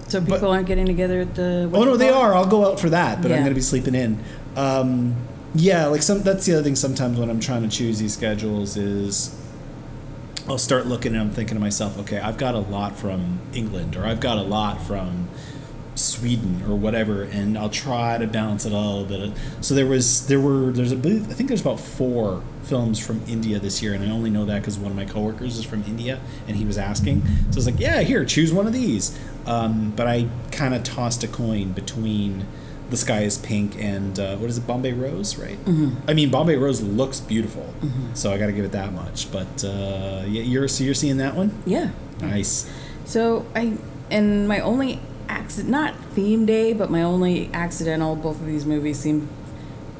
S1: So people aren't getting together at the.
S2: oh
S1: what's
S2: no,
S1: it
S2: they
S1: called?
S2: are. I'll go out for that, but I'm
S1: Yeah.
S2: going to be sleeping in. Um, yeah, like some. That's the other thing. Sometimes when I'm trying to choose these schedules is I'll start looking and I'm thinking to myself, okay, I've got a lot from England or I've got a lot from Sweden or whatever, and I'll try to balance it all a little bit. So there was, there were, there's a, believe- I think there's about four films from India this year, and I only know that because one of my coworkers is from India and he was asking. So I was like, yeah, here, choose one of these. Um, but I kind of tossed a coin between the sky is pink and uh, what is it bombay rose right i mean bombay rose looks beautiful so i gotta give it that much but uh, yeah, you're so you're seeing that one
S1: Yeah.
S2: nice
S1: So I and my only accident, not theme day, but my only accidental. Both of these movies seem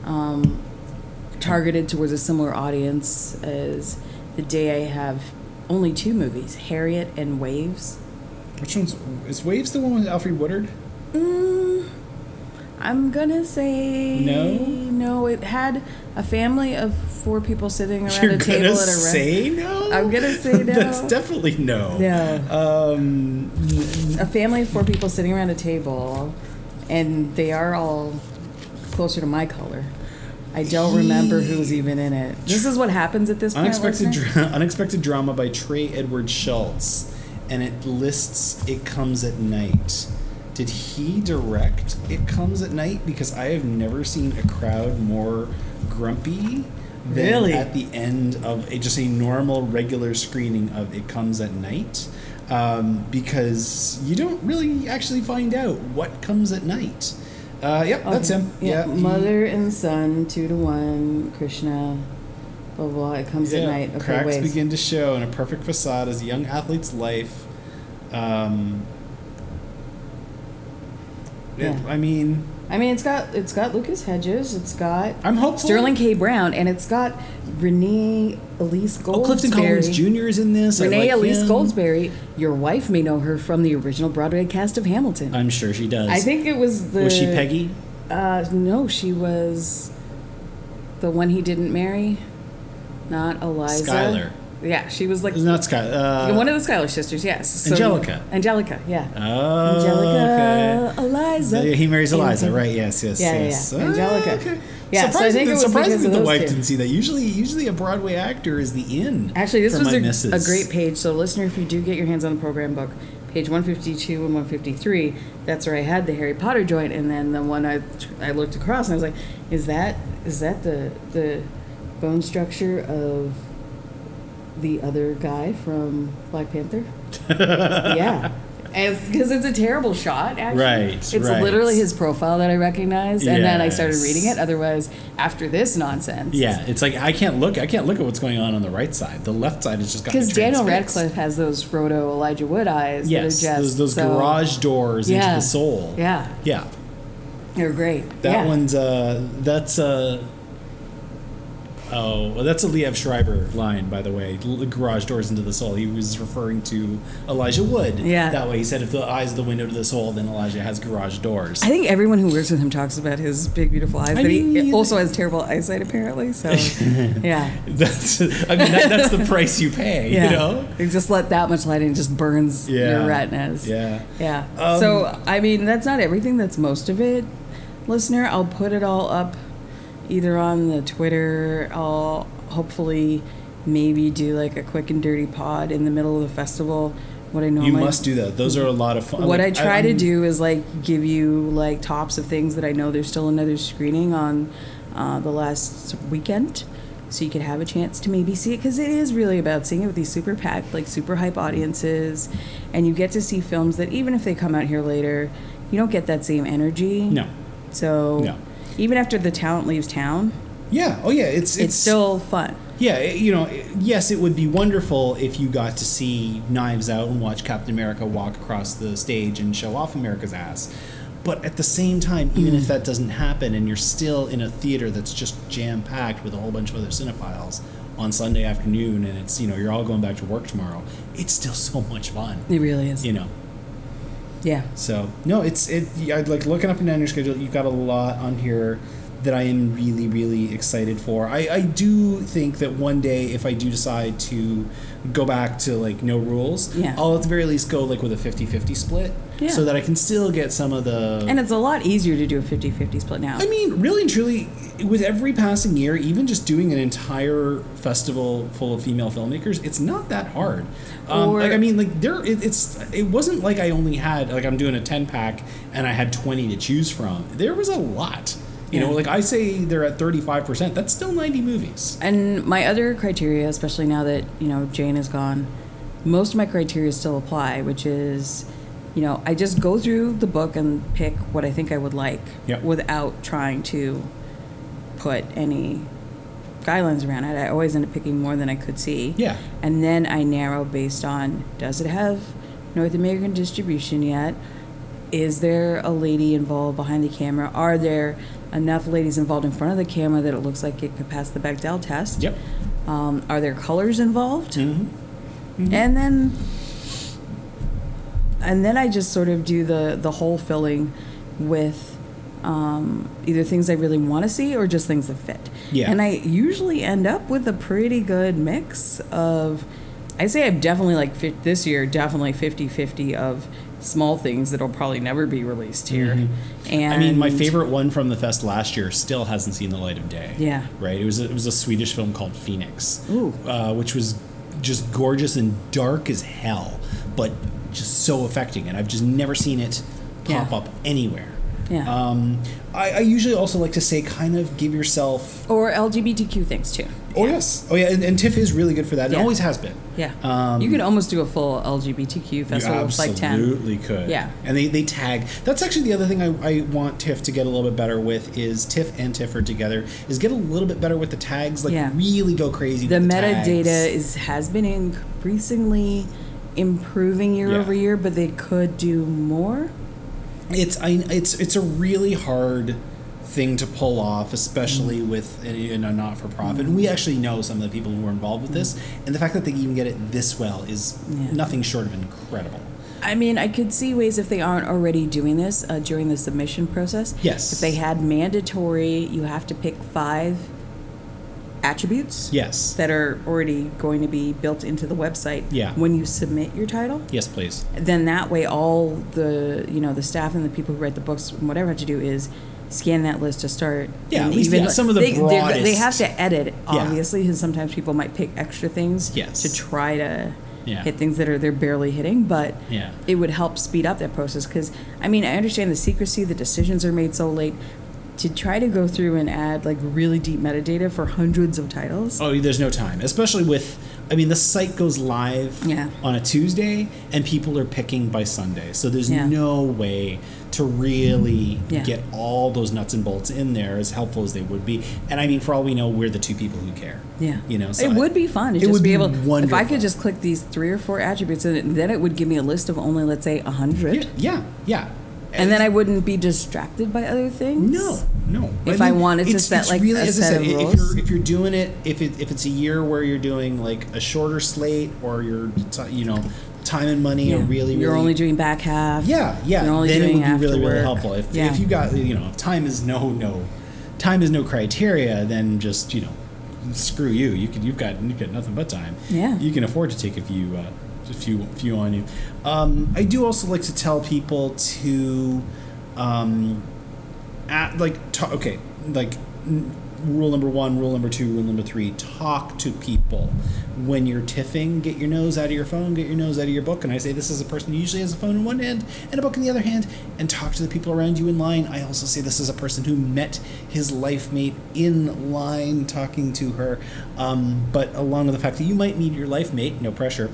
S1: um, targeted towards a similar audience as the day I have only two movies, Harriet and Waves.
S2: which one's is waves the one with alfred woodard
S1: Mm, I'm gonna say
S2: No?
S1: No, it had a family of four people sitting around
S2: you're
S1: a
S2: gonna
S1: table at a restaurant.
S2: say no
S1: I'm gonna say no.
S2: that's definitely no
S1: No.
S2: um
S1: a family of four people sitting around a table, and they are all closer to my color. I don't remember who's even in it. This is what happens at this point.
S2: unexpected
S1: listener.
S2: dra- unexpected drama by Trey Edward Schultz, and it lists "It Comes at Night." Did he direct "It Comes at Night"? Because I have never seen a crowd more grumpy than
S1: Really?
S2: at the end of a, just a normal regular screening of "It Comes at Night." Um, because you don't really actually find out what comes at night. Uh, yep, that's
S1: Okay.
S2: him.
S1: Yeah,
S2: Yeah, he-
S1: mother and son, two to one. Krishna, blah blah. blah. It comes at
S2: Yeah,
S1: night. Okay,
S2: cracks
S1: waves.
S2: begin to show in a perfect facade as a young athlete's life. Um, it-
S1: Yeah.
S2: I mean,
S1: I mean, it's got it's got Lucas Hedges. It's got
S2: I'm hopeful.
S1: Sterling K. Brown, and it's got Renee Elise Goldsberry.
S2: Oh, Clifton Collins Jr. is in this. I
S1: Renee
S2: like
S1: Elise
S2: him.
S1: Goldsberry. Your wife may know her from the original Broadway cast of Hamilton.
S2: I'm sure she does.
S1: I think it was the.
S2: was she Peggy?
S1: Uh, no, she was the one he didn't marry. Not Eliza.
S2: Skylar.
S1: Yeah, she was like
S2: Not Sky. Uh,
S1: one of the Skylar sisters. Yes. So-
S2: Angelica.
S1: Angelica. Yeah.
S2: oh,
S1: Angelica.
S2: okay.
S1: Eliza.
S2: Yeah, He marries
S1: and-
S2: Eliza, right? Yes, yes,
S1: Yeah, yeah,
S2: yes.
S1: yeah.
S2: Ah,
S1: Angelica.
S2: okay.
S1: Yeah, so I
S2: surprising,
S1: think it was
S2: surprising
S1: because
S2: that
S1: of
S2: the
S1: those
S2: wife
S1: two.
S2: didn't see that. Usually, usually a Broadway actor is the in.
S1: Actually, this
S2: for
S1: was
S2: my
S1: a, a
S2: misses.
S1: great page. So, listener, if you do get your hands on the program book, page 152 and 153, that's where I had the Harry Potter joint, and then the one I I looked across and I was like, is that is that the the bone structure of the other guy from Black Panther? yeah. Because it's a terrible shot, actually.
S2: Right,
S1: It's
S2: right.
S1: literally his profile that I recognized, and then I started
S2: Yes.
S1: reading it. Otherwise, after this nonsense.
S2: Yeah, it's like I can't look. I can't look at what's going on on the right side. The left side has just got me
S1: Because Daniel
S2: transfixed.
S1: Radcliffe has those Frodo Elijah Wood eyes.
S2: Yes,
S1: that are
S2: those,
S1: just,
S2: those
S1: so-
S2: garage doors into
S1: Yeah.
S2: the soul.
S1: Yeah,
S2: yeah.
S1: they're great.
S2: That
S1: Yeah.
S2: one's uh, that's uh, oh, well, that's a Liev Schreiber line, by the way. L- Garage doors into the soul. He was referring to Elijah Wood.
S1: Yeah.
S2: that way he said, if the eyes are the window to the soul, then Elijah has garage doors.
S1: I think everyone who works with him talks about his big, beautiful eyes.
S2: I
S1: that
S2: mean-
S1: he also has terrible eyesight, apparently. So, yeah,
S2: that's I mean that, that's the price you pay.
S1: yeah.
S2: You know.
S1: They just let that much light in, it just burns
S2: Yeah.
S1: your retinas.
S2: Yeah.
S1: Yeah.
S2: Um,
S1: so, I mean, that's not everything, that's most of it. Listener, I'll put it all up either on the Twitter. I'll hopefully maybe do like a quick and dirty pod in the middle of the festival. What I normally
S2: You must do that. Those are a lot of fun.
S1: Oh what
S2: Like,
S1: I try to
S2: I'm-
S1: do is like give you like tops of things that I know there's still another screening on uh, the last weekend, so you could have a chance to maybe see it because it is really about seeing it with these super packed, like super hype audiences, and you get to see films that even if they come out here later, you don't get that same energy.
S2: No.
S1: So
S2: No.
S1: even after the talent leaves town,
S2: Yeah. Oh yeah. It's
S1: it's,
S2: it's
S1: still fun.
S2: Yeah, it- you know, it- yes, it would be wonderful if you got to see Knives Out and watch Captain America walk across the stage and show off America's ass. But at the same time, even
S1: Hmm.
S2: if that doesn't happen and you're still in a theater that's just jam packed with a whole bunch of other cinephiles on Sunday afternoon and it's, you know, you're all going back to work tomorrow, it's still so much fun,
S1: It really is.
S2: you know.
S1: Yeah.
S2: So no, it's it. I like looking up and down your schedule. You've got a lot on here that I am really really excited for. I I do think that one day if I do decide to go back to like no rules,
S1: Yeah.
S2: I'll at the very least go like with a 50-50 split,
S1: Yeah.
S2: so that I can still get some of the.
S1: And it's a lot easier to do a 50 50 split now.
S2: I mean, really and truly, with every passing year, even just doing an entire festival full of female filmmakers, it's not that hard. Um,
S1: Or-
S2: like, I mean, like there, it, it's it wasn't like I only had like I'm doing a ten pack and I had twenty to choose from. There was a lot. You know,
S1: Yeah.
S2: like I say, they're at thirty five percent. That's still ninety movies.
S1: And my other criteria, especially now that, you know, Jane is gone, most of my criteria still apply, which is, you know, I just go through the book and pick what I think I would like
S2: Yep.
S1: without trying to put any guidelines around it. I always end up picking more than I could see.
S2: Yeah.
S1: And then I narrow based on does it have North American distribution yet? Is there a lady involved behind the camera? Are there enough ladies involved in front of the camera that it looks like it could pass the Bechdel test?
S2: Yep.
S1: Um, are there colors involved?
S2: Mm-hmm.
S1: And then and then I just sort of do the the whole filling with um, either things I really want to see or just things that fit.
S2: Yeah.
S1: And I usually end up with a pretty good mix of I say I've definitely like fi- this year definitely 50-50 of small things that'll probably never be released here. And
S2: Mm-hmm. I mean, my favorite one from the fest last year still hasn't seen the light of day.
S1: Yeah.
S2: Right? It was a, it was a Swedish film called Phoenix,
S1: Ooh.
S2: Uh, which was just gorgeous and dark as hell, but just so affecting. And I've just never seen it pop
S1: Yeah.
S2: up anywhere.
S1: Yeah.
S2: Um, I, I usually also like to say, kind of give yourself
S1: or LGBTQ things too.
S2: Oh yes. Oh yeah, and, and TIFF is really good for that. It
S1: Yeah.
S2: always has been.
S1: Yeah.
S2: Um,
S1: you could almost do a full LGBTQ festival
S2: you
S1: with like 10.
S2: absolutely could.
S1: Yeah.
S2: And they, they tag. That's actually the other thing I, I want TIFF to get a little bit better with is TIFF and TIFFer together is get a little bit better with the tags. Like
S1: Yeah.
S2: really go crazy.
S1: the
S2: with the
S1: metadata
S2: tags.
S1: is has been increasingly improving year
S2: Yeah.
S1: over year, but they could do more.
S2: It's I it's it's a really hard thing to pull off, especially
S1: Mm.
S2: with a, you know, not for profit. And we actually know some of the people who were involved with this, and the fact that they even get it this well is
S1: Mm. Yeah.
S2: nothing short of incredible.
S1: I mean, I could see ways if they aren't already doing this uh, during the submission process.
S2: Yes.
S1: If they had mandatory, you have to pick five attributes
S2: Yes.
S1: that are already going to be built into the website
S2: Yeah.
S1: when you submit your title.
S2: yes, please.
S1: then that way all the you know the staff and the people who write the books and whatever have to do is scan that list to start
S2: Yeah,
S1: and
S2: at least, yeah, some of the
S1: they, they're- they
S2: broadest.
S1: have to edit obviously and sometimes people might pick extra things
S2: Yes.
S1: to try to
S2: Yeah.
S1: hit things that are they're barely hitting but
S2: Yeah.
S1: it would help speed up that process because i mean i understand the secrecy the decisions are made so late to try to go through and add like really deep metadata for hundreds of titles
S2: Oh, there's no time, especially with. I mean, the site goes live
S1: Yeah.
S2: on a Tuesday, and people are picking by Sunday. So there's
S1: Yeah.
S2: no way to really
S1: Yeah.
S2: get all those nuts and bolts in there as helpful as they would be. And I mean, for all we know, we're the two people who care.
S1: Yeah,
S2: you know,
S1: it
S2: I-
S1: would be fun. To just
S2: would
S1: be
S2: be
S1: able, if I
S2: wonderful.
S1: could just click these three or four attributes, and it- then it would give me a list of only, let's say, a hundred,
S2: Yeah, yeah, yeah.
S1: and then I wouldn't be distracted by other things.
S2: No, no.
S1: If I wanted to
S2: it's-
S1: set,
S2: it's
S1: like, a
S2: as I
S1: set
S2: said,
S1: of
S2: i- if
S1: rules.
S2: you're if you're doing it, if it, if it's a year where you're doing like a shorter slate or you're t- you know time and money
S1: Yeah.
S2: are really
S1: you're
S2: really
S1: only doing back half.
S2: Yeah, yeah.
S1: You're only
S2: then
S1: doing
S2: it would be really,
S1: after
S2: really
S1: work.
S2: helpful. If,
S1: Yeah.
S2: if you got you know, if time is no no time is no criteria, then just, you know, screw you. You could you've got you've got nothing but time.
S1: Yeah.
S2: You can afford to take a few uh, a few few on you. Um, I do also like to tell people to um, at like ta okay like n- rule number one rule number two rule number three talk to people when you're tiffing get your nose out of your phone get your nose out of your book and i say this is a person who usually has a phone in one hand and a book in the other hand and talk to the people around you in line i also say this is a person who met his life mate in line talking to her um, but along with the fact that you might meet your life mate no pressure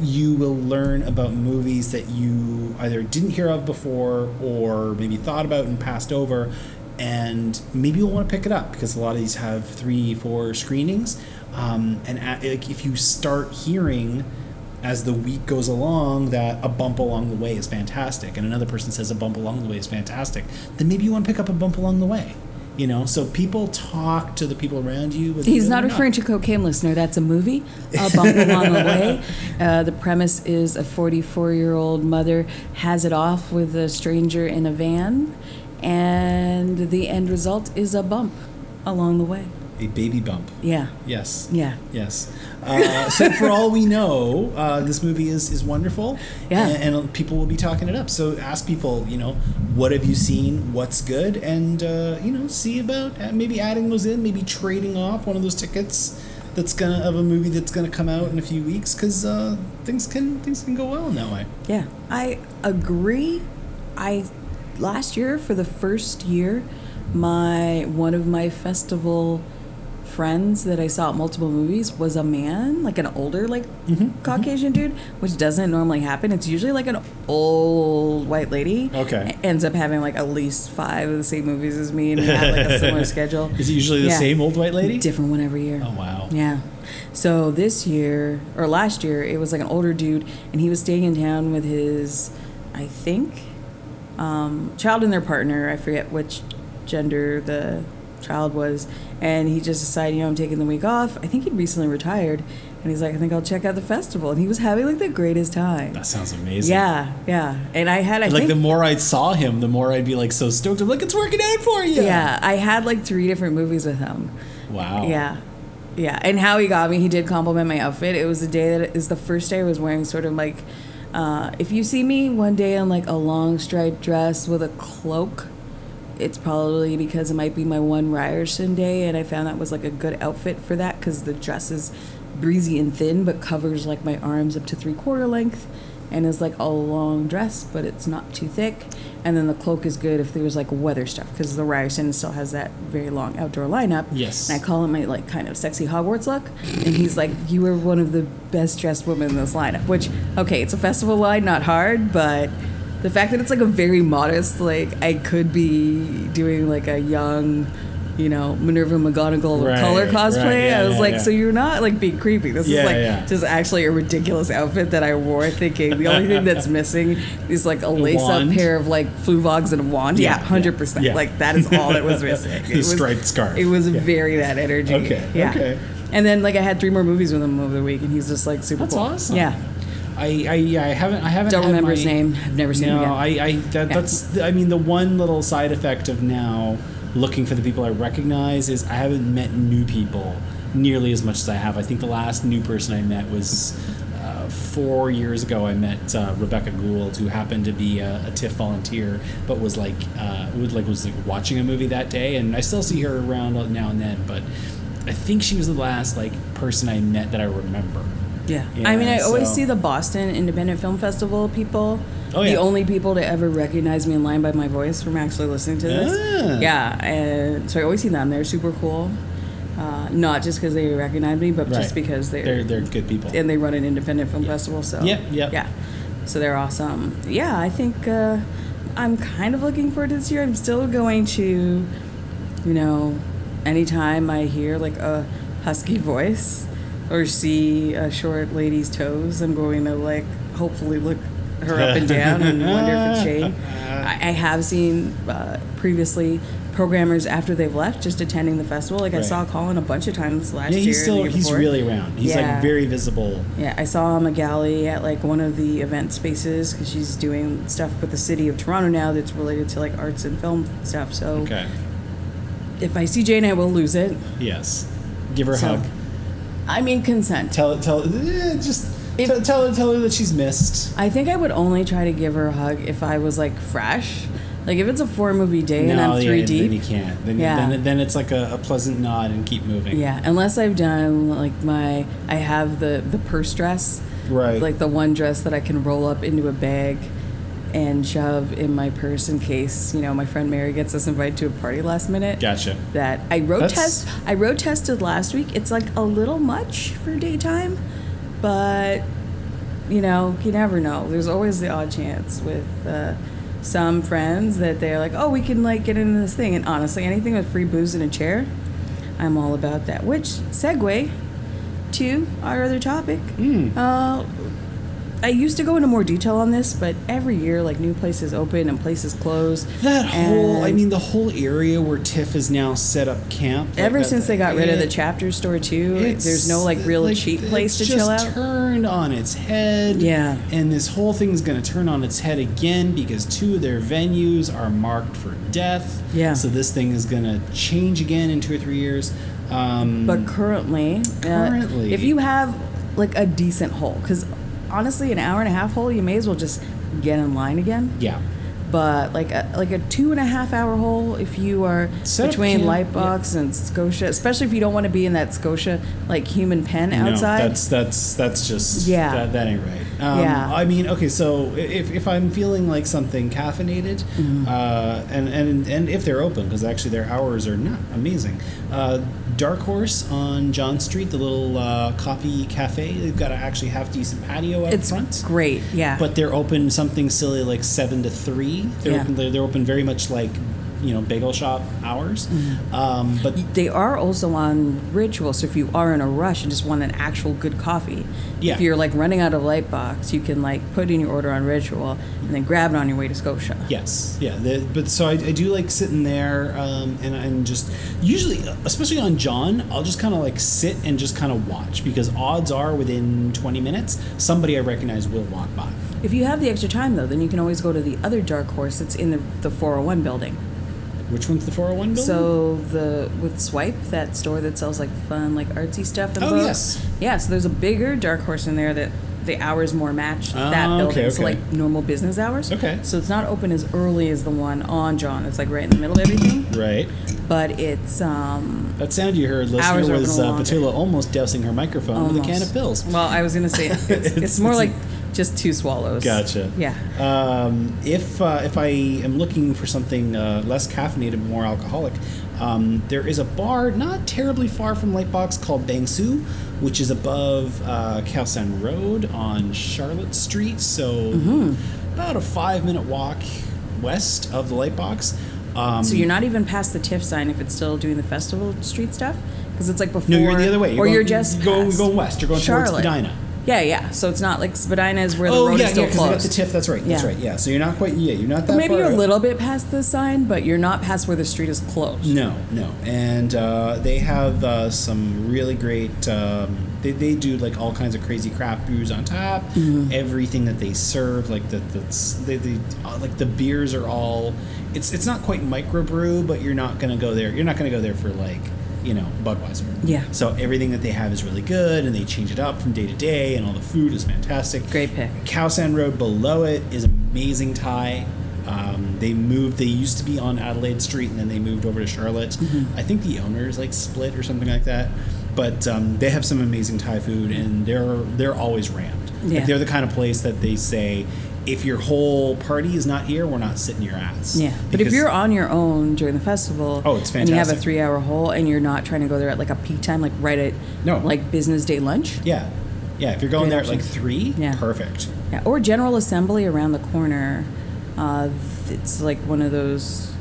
S2: you will learn about movies that you either didn't hear of before or maybe thought about and passed over and maybe you'll want to pick it up because a lot of these have three, four screenings. Um, and at, like, if you start hearing as the week goes along that a bump along the way is fantastic, and another person says a bump along the way is fantastic, then maybe you want to pick up a bump along the way. You know, so people talk to the people around you. whether
S1: He's
S2: you know
S1: not
S2: or
S1: referring to cocaine, listener. That's a movie, A Bump Along the Way. Uh, the premise is a 44 year old mother has it off with a stranger in a van, and the end result is a bump along the way.
S2: a baby bump.
S1: Yeah.
S2: Yes.
S1: Yeah.
S2: Yes. Uh, so for all we know, uh, this movie is is wonderful.
S1: Yeah.
S2: And, and people will be talking it up. So ask people, you know, what have you seen? What's good? And uh, you know, see about uh, maybe adding those in, maybe trading off one of those tickets that's gonna of a movie that's gonna come out in a few weeks because uh, things can things can go well in that way.
S1: Yeah, I agree. I last year for the first year, my one of my festival friends that I saw at multiple movies was a man, like an older like
S2: Mm-hmm,
S1: Caucasian dude, which doesn't normally happen. It's usually like an old white lady.
S2: Okay.
S1: Ends up having like at least five of the same movies as me and we have like a similar schedule.
S2: Is it usually the
S1: Yeah.
S2: same old white lady?
S1: Different one every year.
S2: Oh wow.
S1: Yeah. So this year or last year, it was like an older dude, and he was staying in town with his, I think, um, child and their partner. I forget which gender the child was, and he just decided, you know, I'm taking the week off. I think he'd recently retired, and he's like, I think I'll check out the festival, and he was having like the greatest time.
S2: That sounds amazing.
S1: yeah, yeah. And I had I
S2: Like
S1: think
S2: the more I saw him, the more I'd be like so stoked. I'm like, it's working out for you.
S1: yeah I had like three different movies with him.
S2: Wow.
S1: Yeah. Yeah. And how he got me, he did compliment my outfit. It was the day that is the first day I was wearing sort of like, uh, if you see me one day in like a long striped dress with a cloak, it's probably because it might be my one Ryerson day. And I found that was like a good outfit for that because the dress is breezy and thin, but covers like my arms up to three quarter length. And is like a long dress, but it's not too thick. And then the cloak is good if there's like weather stuff, because the Ryerson still has that very long outdoor lineup.
S2: Yes.
S1: And I call him my like kind of sexy Hogwarts look, and he's like, "You are one of the best dressed women in this lineup." Which, okay, it's a festival line, not hard, but the fact that it's like a very modest, like I could be doing like a young, you know, Minerva McGonagall
S2: Right,
S1: color
S2: right,
S1: cosplay.
S2: yeah,
S1: I was
S2: yeah,
S1: like,
S2: yeah.
S1: so you're not like being creepy. This
S2: Yeah,
S1: is like
S2: yeah.
S1: just actually a ridiculous outfit that I wore, thinking the only thing that's missing is like a lace up
S2: wand.
S1: pair of like fluvogs and a wand.
S2: Yeah,
S1: Yeah,
S2: yeah,
S1: hundred percent.
S2: yeah.
S1: Like that is all that was missing. It
S2: The
S1: was-
S2: striped scarf.
S1: It was
S2: Yeah.
S1: very that energy.
S2: Okay,
S1: Yeah.
S2: okay.
S1: And then like I had three more movies with him over the week, and he's just like super.
S2: That's
S1: cool.
S2: awesome.
S1: Yeah.
S2: I, I, yeah, I haven't. I haven't.
S1: Don't
S2: had
S1: remember
S2: my-
S1: his name. I've never seen him.
S2: No,
S1: Yet.
S2: I, I that,
S1: Yeah.
S2: that's. the- I mean, the one little side effect of now looking for the people I recognize is I haven't met new people nearly as much as I have. I think the last new person I met was. uh, Four years ago, I met uh, Rebecca Gould, who happened to be a, a TIFF volunteer, but was like, uh, would like was like watching a movie that day, and I still see her around now and then. But I think she was the last like person I met that I remember.
S1: yeah.
S2: Yeah,
S1: I mean, I always
S2: so-
S1: see the Boston Independent Film Festival people.
S2: Oh, yeah.
S1: The only people to ever recognize me in line by my voice from actually listening to this.
S2: Ah.
S1: Yeah. And so I always see them. They're super cool. Uh, not just because they recognize me, but just
S2: Right.
S1: because they're,
S2: they're they're good people.
S1: and they run an independent film festival. So
S2: Yep, yep.
S1: yeah. So they're awesome. Yeah, I think uh, I'm kind of looking forward to this year. I'm still going to, you know, anytime I hear like a husky voice or see a short lady's toes, I'm going to like hopefully look her up and down and wonder if it's Shane.
S2: Uh-huh.
S1: I, I have seen uh, previously programmers after they've left just attending the festival. Like I
S2: Right.
S1: saw Colin a bunch of times last year.
S2: yeah,
S1: and
S2: he's
S1: the
S2: still
S1: year
S2: he's
S1: before.
S2: really around. He's like
S1: Yeah.
S2: very visible.
S1: Yeah, I saw Magali at like one of the event spaces because she's doing stuff with the city of Toronto now that's related to like arts and film stuff. So
S2: Okay.
S1: if I see Jane, I will lose it.
S2: Yes. Give her a
S1: So-
S2: hug.
S1: I mean, consent.
S2: Tell tell eh, just
S1: If-
S2: tell, tell her tell her that she's missed.
S1: I think I would only try to give her a hug if I was like fresh. Like if it's a four movie day and I'm three
S2: yeah, Then you
S1: deep.
S2: can't. Then,
S1: Yeah.
S2: then then it's like a, a pleasant nod and keep moving.
S1: Yeah, unless I've done like my, I have the the purse dress.
S2: Right.
S1: Like the one dress that I can roll up into a bag and shove in my purse in case, you know, my friend Mary gets us invited to a party last minute.
S2: Gotcha.
S1: that I road
S2: That's-
S1: test. I road tested last week. It's like a little much for daytime, but you know, you never know. There's always the odd chance with uh, some friends that they're like, oh, we can like get into this thing. And honestly, anything with free booze and a chair, I'm all about that. Which segue to our other topic.
S2: Hmm.
S1: Uh, I used to go into more detail on this, but every year, like new places open and places close.
S2: That whole, I
S1: And-
S2: mean, the whole area where TIFF is now set up camp. like
S1: Ever
S2: that-
S1: since they got rid of the
S2: it-
S1: chapter store too,
S2: it's-
S1: there's no like real cheap
S2: it's
S1: place to
S2: just
S1: chill out.
S2: Turned on its head.
S1: Yeah.
S2: And this whole thing's going to turn on its head again because two of their venues are marked for death.
S1: Yeah.
S2: So this thing is going to change again in two or three years. Um,
S1: But currently, uh,
S2: Currently.
S1: if you have like a decent hole, because honestly, an hour and a half hole, you may as well just get in line again.
S2: yeah.
S1: But like a, like a two and a half hour hole, if you are
S2: Set up
S1: between
S2: camp,
S1: Lightbox and Scotia, especially if you don't want to be in that Scotia like human pen outside.
S2: No, that's that's that's just
S1: Yeah.
S2: That, that ain't right. Um,
S1: Yeah.
S2: I mean, okay, so i- if, if I'm feeling like something caffeinated,
S1: Mm-hmm.
S2: uh, and and and if they're open, because actually their hours are not amazing. Uh, Dark Horse on John Street, the little uh, coffee cafe, they've got a actually half decent patio out
S1: it's
S2: front.
S1: great, yeah.
S2: But they're open something silly like seven to three. They're
S1: Yeah.
S2: open, they're, they're open very much like you know bagel shop hours.
S1: Mm-hmm.
S2: Um, but
S1: they are also on ritual so if you are in a rush and just want an actual good coffee
S2: Yeah.
S1: if you're like running out of light box you can like put in your order on ritual and then grab it on your way to scotia
S2: Yes, yeah. The, but so I, I do like sitting there um, and, and just usually, especially on John, I'll just kind of like sit and just kind of watch because odds are within 20 minutes, somebody I recognize will walk by.
S1: if you have the extra time though then you can always go to the other dark horse that's in the, the 401 building
S2: Which one's the 401 building?
S1: so the with swipe that store that sells like fun like artsy stuff and
S2: Oh,
S1: books
S2: yes.
S1: yeah so there's a bigger dark horse in there that the hours more match that
S2: Ah, okay,
S1: building so
S2: okay.
S1: like normal business hours
S2: Okay.
S1: so it's not open as early as the one on john it's like right in the middle of everything
S2: Right.
S1: but it's um
S2: That sound you heard,
S1: Hours
S2: listener,
S1: are
S2: was
S1: open
S2: uh,
S1: longer.
S2: Patula almost dousing her microphone with a can of
S1: almost-
S2: pills.
S1: Well, I was gonna say it's, it's,
S2: It's-
S1: more
S2: it's a-
S1: like just two swallows.
S2: Gotcha.
S1: Yeah.
S2: Um, if uh, if I am looking for something uh, less caffeinated, more alcoholic, um, there is a bar not terribly far from Lightbox called Bangsu, which is above uh, Khaosan Road on Charlotte Street. So
S1: Mm-hmm.
S2: about a five minute walk west of the Lightbox. Um,
S1: So you're not even past the TIFF sign if it's still doing the festival street stuff because it's like before.
S2: no, you're the other way.
S1: or
S2: going-
S1: you're just
S2: you're going,
S1: past
S2: going west. You're going
S1: Charlotte.
S2: towards Spadina.
S1: Yeah, yeah. So it's not like Spadina is where the
S2: Oh
S1: road
S2: yeah,
S1: is still
S2: yeah, because I got
S1: closed.
S2: the tiff. That's right. That's
S1: Yeah.
S2: right. Yeah. So you're not quite. Yeah, you're not that.
S1: Maybe
S2: far
S1: you're a
S2: out.
S1: little bit past the sign, but you're not past where the street is closed.
S2: No, no, and uh, they have uh, some really great. Um, they, they do like all kinds of crazy craft brews on tap.
S1: Mm-hmm.
S2: Everything that they serve, like the that's they, they uh, like the beers are all. It's it's not quite microbrew, but you're not gonna go there. You're not gonna go there for like you know Budweiser.
S1: Yeah.
S2: So everything that they have is really good, and they change it up from day to day, and all the food is fantastic.
S1: Great pick.
S2: Cowsand Road below it is amazing Thai. Um, they moved. They used to be on Adelaide Street, and then they moved over to Charlotte.
S1: Mm-hmm.
S2: I think the owners like split or something like that. But um, they have some amazing Thai food, and they're they're always rammed.
S1: Yeah.
S2: Like they're the kind of place that they say, if your whole party is not here, we're not sitting your ass.
S1: Yeah, but if
S2: Because-
S1: you're on your own during the festival,
S2: Oh, it's
S1: and you have a
S2: fantastic.
S1: three-hour hole, and you're not trying to go there at like a peak time, like right at
S2: No.
S1: like business day lunch,
S2: yeah, yeah, if you're going
S1: Great
S2: there at like
S1: option.
S2: three,
S1: Yeah.
S2: perfect.
S1: Yeah, or General Assembly around the corner. Uh, it's like one of those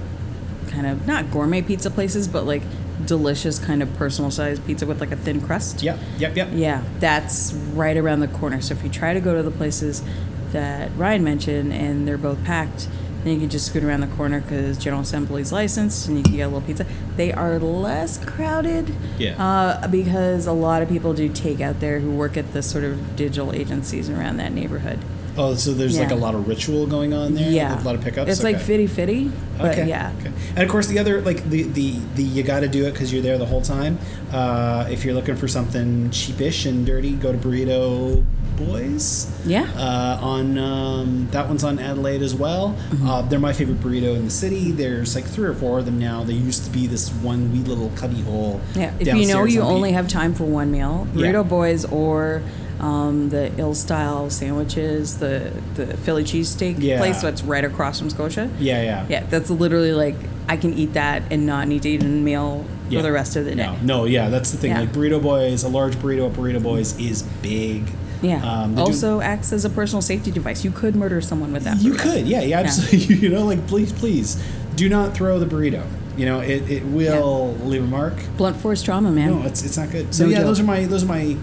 S1: kind of not gourmet pizza places, but like delicious kind of personal sized pizza with like a thin crust.
S2: Yep, yep, yep.
S1: Yeah, that's right around the corner. So if you try to go to the places that Ryan mentioned and they're both packed, then you can just scoot around the corner because General Assembly's licensed and you can get a little pizza. They are less crowded.
S2: Yeah.
S1: Uh, because a lot of people do take out there who work at the sort of digital agencies around that neighborhood.
S2: Oh, so there's like a
S1: Yeah.
S2: lot of ritual going on there.
S1: Yeah.
S2: a lot of pickups.
S1: It's like
S2: Okay.
S1: fitty fitty, but
S2: okay.
S1: yeah.
S2: Okay. And of course, the other like the the, the you got to do it because you're there the whole time. Uh, if you're looking for something cheapish and dirty, go to Burrito Boys.
S1: Yeah.
S2: Uh, on um, that one's on Adelaide as well.
S1: Mm-hmm.
S2: Uh, they're my favorite burrito in the city. There's like three or four of them now. There used to be this one wee little cubby hole.
S1: Yeah. If you know
S2: downstairs
S1: you
S2: on Pete-
S1: only have time for one meal,
S2: Yeah.
S1: burrito boys or um, the ill style sandwiches, the the Philly cheesesteak
S2: Yeah.
S1: place that's right across from Scotia.
S2: Yeah, yeah,
S1: Yeah, that's literally like I can eat that and not need to eat a meal
S2: Yeah.
S1: for the rest of the day.
S2: No, no, yeah, that's the thing.
S1: Yeah.
S2: Like burrito boys, a large burrito at burrito boys is big.
S1: Yeah.
S2: Um, they do-
S1: also acts as a personal safety device. You could murder someone with that.
S2: You
S1: burrito.
S2: could, yeah, yeah, absolutely. You know, like please, please, do not throw the burrito. You know, it, it will leave a mark.
S1: Blunt force trauma, man.
S2: No, it's it's not good. So
S1: No
S2: yeah,
S1: joke.
S2: those are my those are my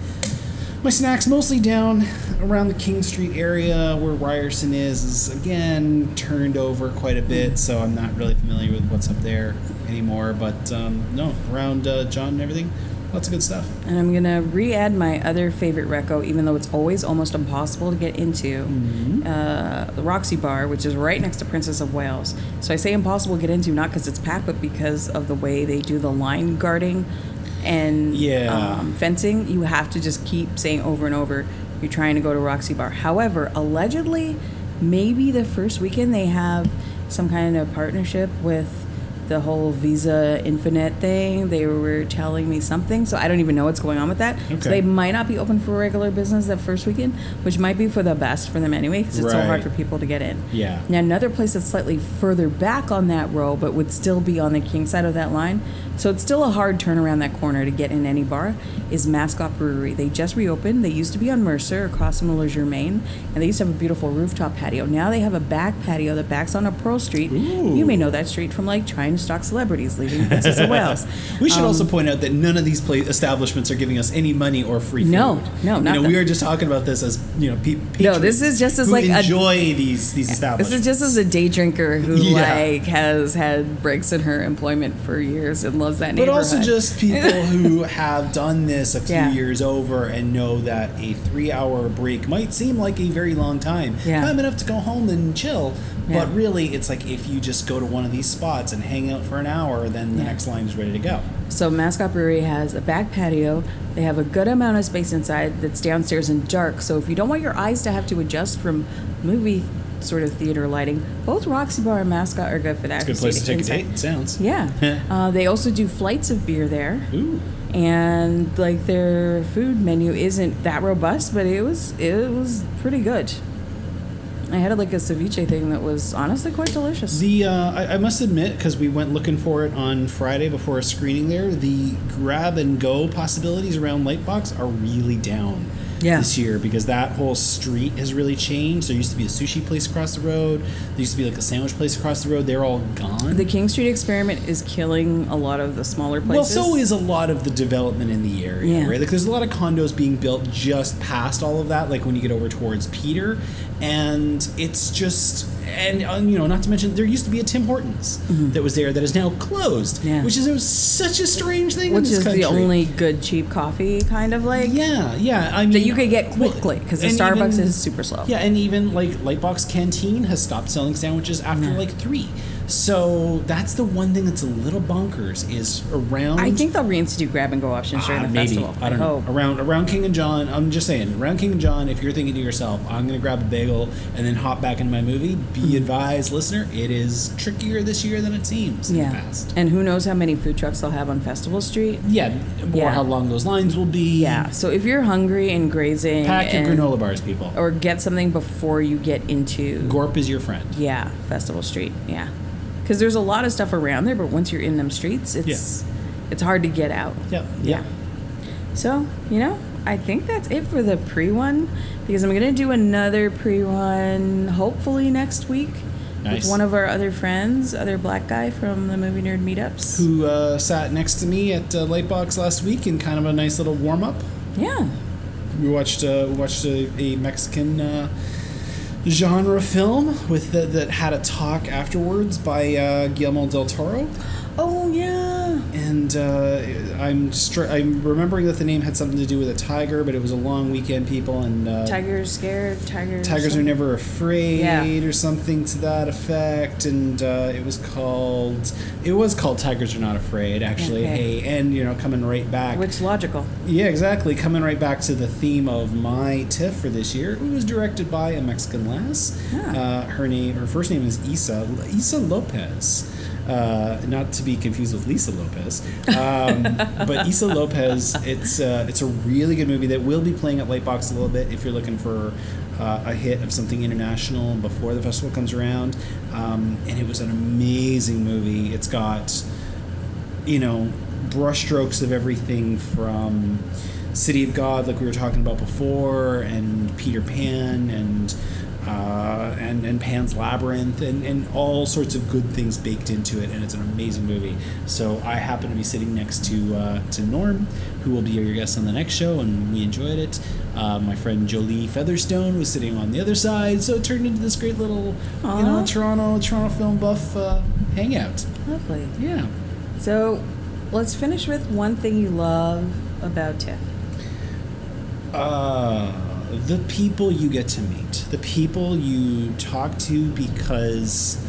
S2: my snacks mostly down around the King Street area where Ryerson is is again turned over quite a bit, so I'm not really familiar with what's up there anymore. But um, no, around uh, John and everything, lots of good stuff.
S1: and I'm gonna re-add my other favorite reco, even though it's always almost impossible to get into. Uh, the Roxy Bar, which is right next to Princess of Wales. So I say impossible to get into not because it's packed, but because of the way they do the line guarding and
S2: Yeah.
S1: um, fencing. You have to just keep saying over and over, "You're trying to go to Roxy Bar." However, allegedly, maybe the first weekend they have some kind of partnership with the whole Visa Infinite thing. They were telling me something, so I don't even know what's going on with that. So
S2: Okay.
S1: they might not be open for regular business that first weekend, which might be for the best for them anyway, because it's so
S2: Right.
S1: hard for people to get in.
S2: Yeah.
S1: Now another place that's slightly further back on that row, but would still be on the king side of that line, so it's still a hard turn around that corner to get in any bar. Is Mascot Brewery? They just reopened. They used to be on Mercer across from Le Germain, and they used to have a beautiful rooftop patio. Now they have a back patio that backs on a Pearl Street. You may know that street from like trying to stalk celebrities leaving Princess of Wales.
S2: We should
S1: Um,
S2: also point out that none of these pla establishments are giving us any money or free food.
S1: No, no,
S2: you
S1: not
S2: know,
S1: that.
S2: we are just talking about this as you know, pe-
S1: No, this
S2: patrons
S1: is just as
S2: who
S1: like a-
S2: enjoy these these establishments.
S1: This is just as a day drinker who
S2: Yeah.
S1: like has had breaks in her employment for years and loves that
S2: but
S1: neighborhood.
S2: also just people who have done this a few
S1: Yeah.
S2: years over and know that a three-hour break might seem like a very long time,
S1: Yeah.
S2: time enough to go home and chill.
S1: Yeah.
S2: But really, it's like if you just go to one of these spots and hang out for an hour, then the
S1: Yeah.
S2: next line is ready to go.
S1: So Mascot Brewery has a back patio. They have a good amount of space inside that's downstairs and dark. So if you don't want your eyes to have to adjust from movie sort of theater lighting, both Roxy Bar and Mascot are good for that.
S2: It's a good place to take a date. It sounds.
S1: Yeah. uh, they also do flights of beer there.
S2: Ooh.
S1: And like their food menu isn't that robust, but it was it was pretty good. I had like a ceviche thing that was honestly quite delicious.
S2: The uh, I, I must admit because we went looking for it on Friday before a screening there, the grab and go possibilities around Lightbox are really down
S1: Yeah.
S2: this year because that whole street has really changed. There used to be a sushi place across the road. There used to be like a sandwich place across the road. They're all gone.
S1: The King Street experiment is killing a lot of the smaller
S2: well,
S1: places.
S2: so is a lot of the development in the area,
S1: Yeah.
S2: right? Like, there's a lot of condos being built just past all of that, like when you get over towards Peter, and it's just, and uh, you know, not to mention there used to be a Tim Hortons that was there that is now closed,
S1: Mm-hmm. Yeah.
S2: which is a, such a strange thing. in
S1: which
S2: this
S1: is
S2: country.
S1: the only good cheap coffee kind of like
S2: Yeah, yeah. I mean,
S1: that you could get
S2: well,
S1: quickly because the
S2: and
S1: Starbucks
S2: even-
S1: is super slow.
S2: Yeah, and even like Lightbox Canteen has stopped selling sandwiches after like three. So that's the one thing that's a little bonkers is around.
S1: I think they'll reinstitute grab and go options during
S2: Ah,
S1: the
S2: maybe.
S1: festival. Oh,
S2: I don't know.
S1: hope.
S2: Around around King and John, I'm just saying, around King and John, if you're thinking to yourself, I'm gonna grab a bagel and then hop back into my movie,
S1: Hmm.
S2: be advised, listener, it is trickier this year than it seems in
S1: Yeah,
S2: the past.
S1: and who knows how many food trucks they'll have on Festival Street?
S2: Yeah, or
S1: Yeah.
S2: how long those lines will be.
S1: Yeah, so if you're hungry and grazing,
S2: Pack your
S1: and-
S2: granola bars, people.
S1: or get something before you get into
S2: Gorp is your friend.
S1: yeah Festival Street. Yeah, because there's a lot of stuff around there, but once you're in them streets, it's it's hard to get out.
S2: Yep.
S1: Yeah. So, you know, I think that's it for the pre one because I'm going to do another pre one hopefully next week
S2: Nice.
S1: with one of our other friends, other black guy from the movie nerd meetups.
S2: Who uh, sat next to me at uh, Lightbox last week in kind of a nice little warm up.
S1: Yeah.
S2: We watched uh, we watched a, a Mexican uh, genre film with the, that had a talk afterwards by uh, Guillermo del Toro,
S1: Oh, yeah.
S2: and uh, I'm str- I'm remembering that the name had something to do with a tiger, but it was a long weekend, people, and uh,
S1: Tigers scared, tigers.
S2: tigers are never afraid
S1: Yeah.
S2: or something to that effect, and uh, it was called it was called Tigers Are Not Afraid, actually.
S1: Okay.
S2: Hey, and you know, coming right back.
S1: Which logical.
S2: Yeah, exactly. Coming right back to the theme of my TIFF for this year, it was directed by a Mexican lass.
S1: Ah.
S2: Uh, her name, her first name is Isa Isa Lopez. Uh, not to be confused with Lisa Lopez, um, but Isa Lopez. It's uh, it's a really good movie that will be playing at Lightbox a little bit if you're looking for uh, a hit of something international before the festival comes around. Um, and it was an amazing movie. It's got you know brushstrokes of everything from City of God, like we were talking about before, and Peter Pan, and uh, and and Pan's Labyrinth, and and all sorts of good things baked into it, and it's an amazing movie. So I happen to be sitting next to uh, to Norm, who will be your guest on the next show, and we enjoyed it. Uh, my friend Jolie Featherstone was sitting on the other side, so it turned into this great little, you know,
S1: Aw.
S2: Toronto Toronto film buff uh, hangout.
S1: Lovely.
S2: Yeah.
S1: So let's finish with one thing you love about TIFF.
S2: Uh, the people you get to meet, the people you talk to, because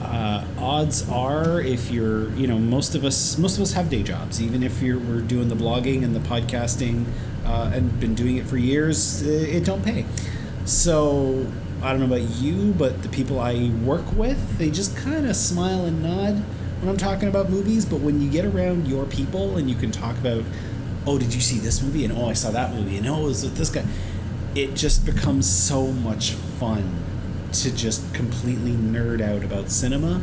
S2: uh, odds are, if you're, you know, most of us, most of us have day jobs. Even if you're, we're doing the blogging and the podcasting, uh, and been doing it for years, i- it don't pay. So I don't know about you, but the people I work with, they just kind of smile and nod when I'm talking about movies. But when you get around your people and you can talk about oh, did you see this movie? And oh, I saw that movie. And oh, it was with this guy. It just becomes so much fun to just completely nerd out about cinema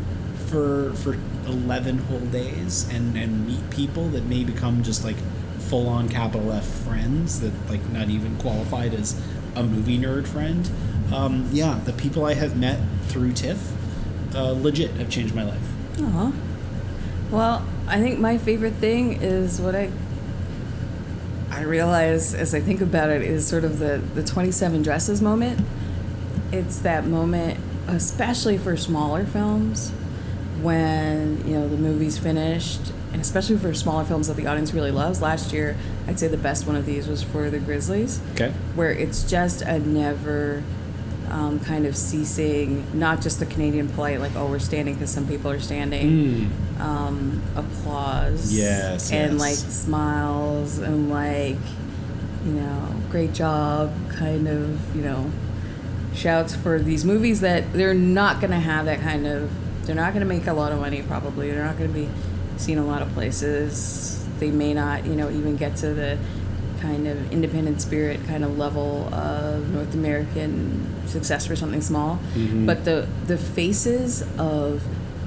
S2: for for eleven whole days and and meet people that may become just like full on capital F friends that like not even qualified as a movie nerd friend. Um, yeah, the people I have met through TIFF uh, legit have changed my life.
S1: Aw. Well, I think my favorite thing is what I I realize as I think about it is sort of the, the 27 dresses moment. It's that moment, especially for smaller films, when, you know, the movie's finished, and especially for smaller films that the audience really loves. Last year, I'd say the best one of these was for The Grizzlies
S2: Okay.
S1: where it's just a never um, kind of ceasing, not just the Canadian polite, like, oh, we're standing because some people are standing, um, applause.
S2: Yes,
S1: And
S2: yes.
S1: like smiles and like, you know, great job kind of, you know, shouts for these movies that they're not going to have that kind of, they're not going to make a lot of money probably. They're not going to be seen a lot of places. They may not, you know, even get to the kind of independent spirit kind of level of North American success for something small.
S2: Mm-hmm.
S1: But the the faces of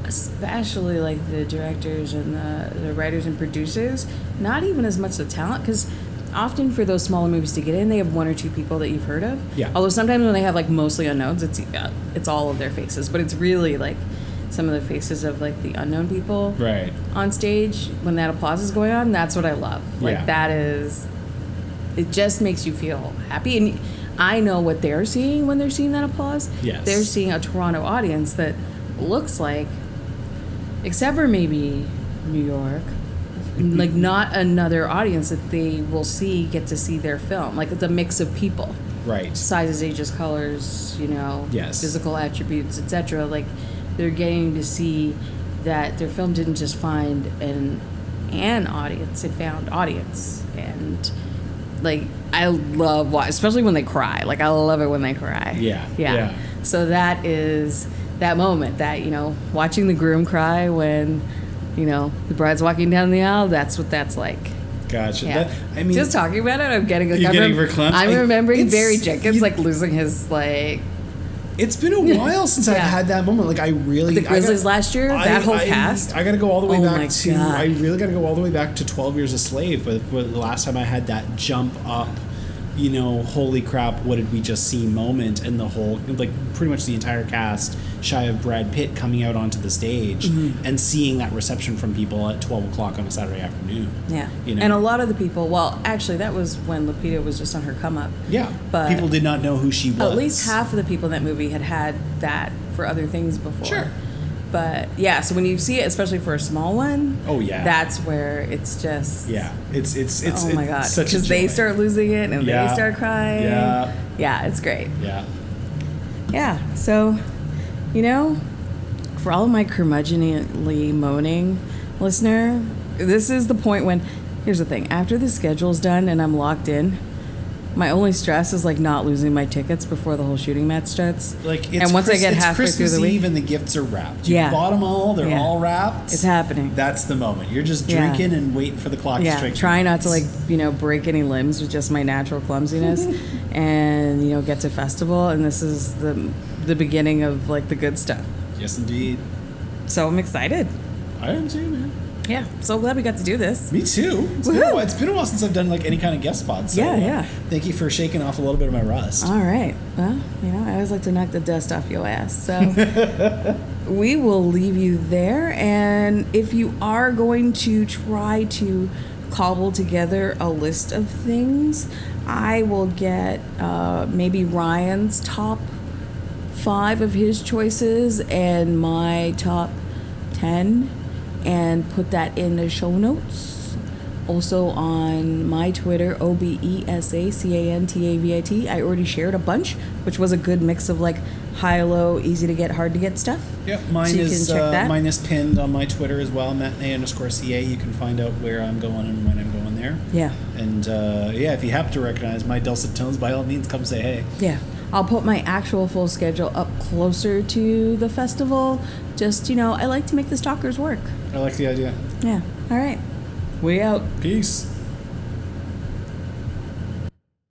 S1: especially like the directors and the, the writers and producers, not even as much the talent because often for those smaller movies to get in, they have one or two people that you've heard of.
S2: Yeah.
S1: Although sometimes when they have like mostly unknowns, it's uh, it's all of their faces, but it's really like some of the faces of like the unknown people
S2: Right.
S1: on stage when that applause is going on that's what i love like
S2: Yeah.
S1: that is it just makes you feel happy and i know what they're seeing when they're seeing that applause
S2: Yes.
S1: they're seeing a toronto audience that looks like except for maybe new york like not another audience that they will see get to see their film like the mix of people
S2: Right.
S1: sizes, ages, colors, you know,
S2: Yes.
S1: physical attributes, etc. Like they're getting to see that their film didn't just find an an audience; it found audience, and like I love why, especially when they cry. Like I love it when they cry.
S2: Yeah,
S1: yeah.
S2: yeah.
S1: So that is that moment that you know, watching the groom cry when you know the bride's walking down the aisle. That's what that's like.
S2: Gotcha.
S1: Yeah.
S2: That- I mean,
S1: just talking about it, I'm getting like
S2: You're
S1: I'm,
S2: getting
S1: rem-
S2: verklempt?
S1: I'm
S2: I-
S1: remembering
S2: it's-
S1: Barry Jenkins
S2: you-
S1: like losing his like
S2: It's been a while since I've
S1: Yeah.
S2: had that moment. Like I really
S1: the Grizzlies
S2: I got-
S1: last year. that whole
S2: I,
S1: cast.
S2: I, gotta go all the way
S1: Oh my
S2: back to.
S1: God.
S2: I really gotta go all the way back to Twelve Years a Slave. But, but the last time I had that jump up, you know, holy crap, what did we just see? Moment and the whole like pretty much the entire cast, shy of Brad Pitt, coming out onto the stage
S1: Mm-hmm.
S2: and seeing that reception from people at twelve o'clock on a Saturday afternoon.
S1: yeah,
S2: you know.
S1: and a lot of the people. Well, actually, that was when Lupita was just on her come up.
S2: Yeah,
S1: but
S2: people did not know who she was.
S1: At least half of the people in that movie had had that for other things before.
S2: Sure.
S1: But yeah, so when you see it, especially for a small one,
S2: Oh, yeah.
S1: that's where it's just
S2: Yeah, it's it's it's.
S1: oh my
S2: it's
S1: god,
S2: such a
S1: because they
S2: joy.
S1: start losing it and
S2: Yeah.
S1: they start crying.
S2: Yeah.
S1: yeah, it's great.
S2: Yeah.
S1: Yeah. So, you know, for all of my curmudgeonly moaning listener, this is the point when here's the thing. After the schedule's done and I'm locked in, my only stress is like not losing my tickets before the whole shooting match starts.
S2: Like it's
S1: and once
S2: Chris-
S1: I get
S2: it's
S1: halfway
S2: Christmas
S1: through the week,
S2: Eve and the gifts are wrapped. You
S1: Yeah.
S2: bought them all. They're
S1: Yeah.
S2: all wrapped.
S1: it's happening.
S2: That's the moment. You're just
S1: Yeah.
S2: drinking and waiting for the clock to
S1: yeah,
S2: strike.
S1: try not to like you know break any limbs with just my natural clumsiness, and you know get to festival, and this is the the beginning of like the good stuff.
S2: Yes, indeed.
S1: So I'm excited.
S2: I am too, man.
S1: Yeah, so glad we got to do this.
S2: Me too. It's been, a
S1: Woohoo.
S2: while, it's been a while since I've done like any kind of guest spot. So,
S1: Yeah,
S2: uh,
S1: yeah. Uh,
S2: Thank you for shaking off a little bit of my rust.
S1: All right. Well, you know, I always like to knock the dust off your ass. So we will leave you there. And if you are going to try to cobble together a list of things, I will get uh, maybe Ryan's top five of his choices and my top 10 and put that in the show notes. Also on my Twitter, O B E S A C A N T A V I T. I already shared a bunch, which was a good mix of like high, low, easy to get, hard to get stuff.
S2: Yep, mine
S1: So you
S2: is
S1: can check
S2: uh,
S1: that.
S2: mine is pinned on my Twitter as well, matinee underscore ca. You can find out where I'm going and when I'm going there.
S1: Yeah.
S2: And uh, yeah, if you happen to recognize my dulcet tones, by all means, come say hey.
S1: Yeah. I'll put my actual full schedule up closer to the festival. Just, you know, I like to make the stalkers work.
S2: I like the idea.
S1: Yeah. All right. We out.
S2: Peace.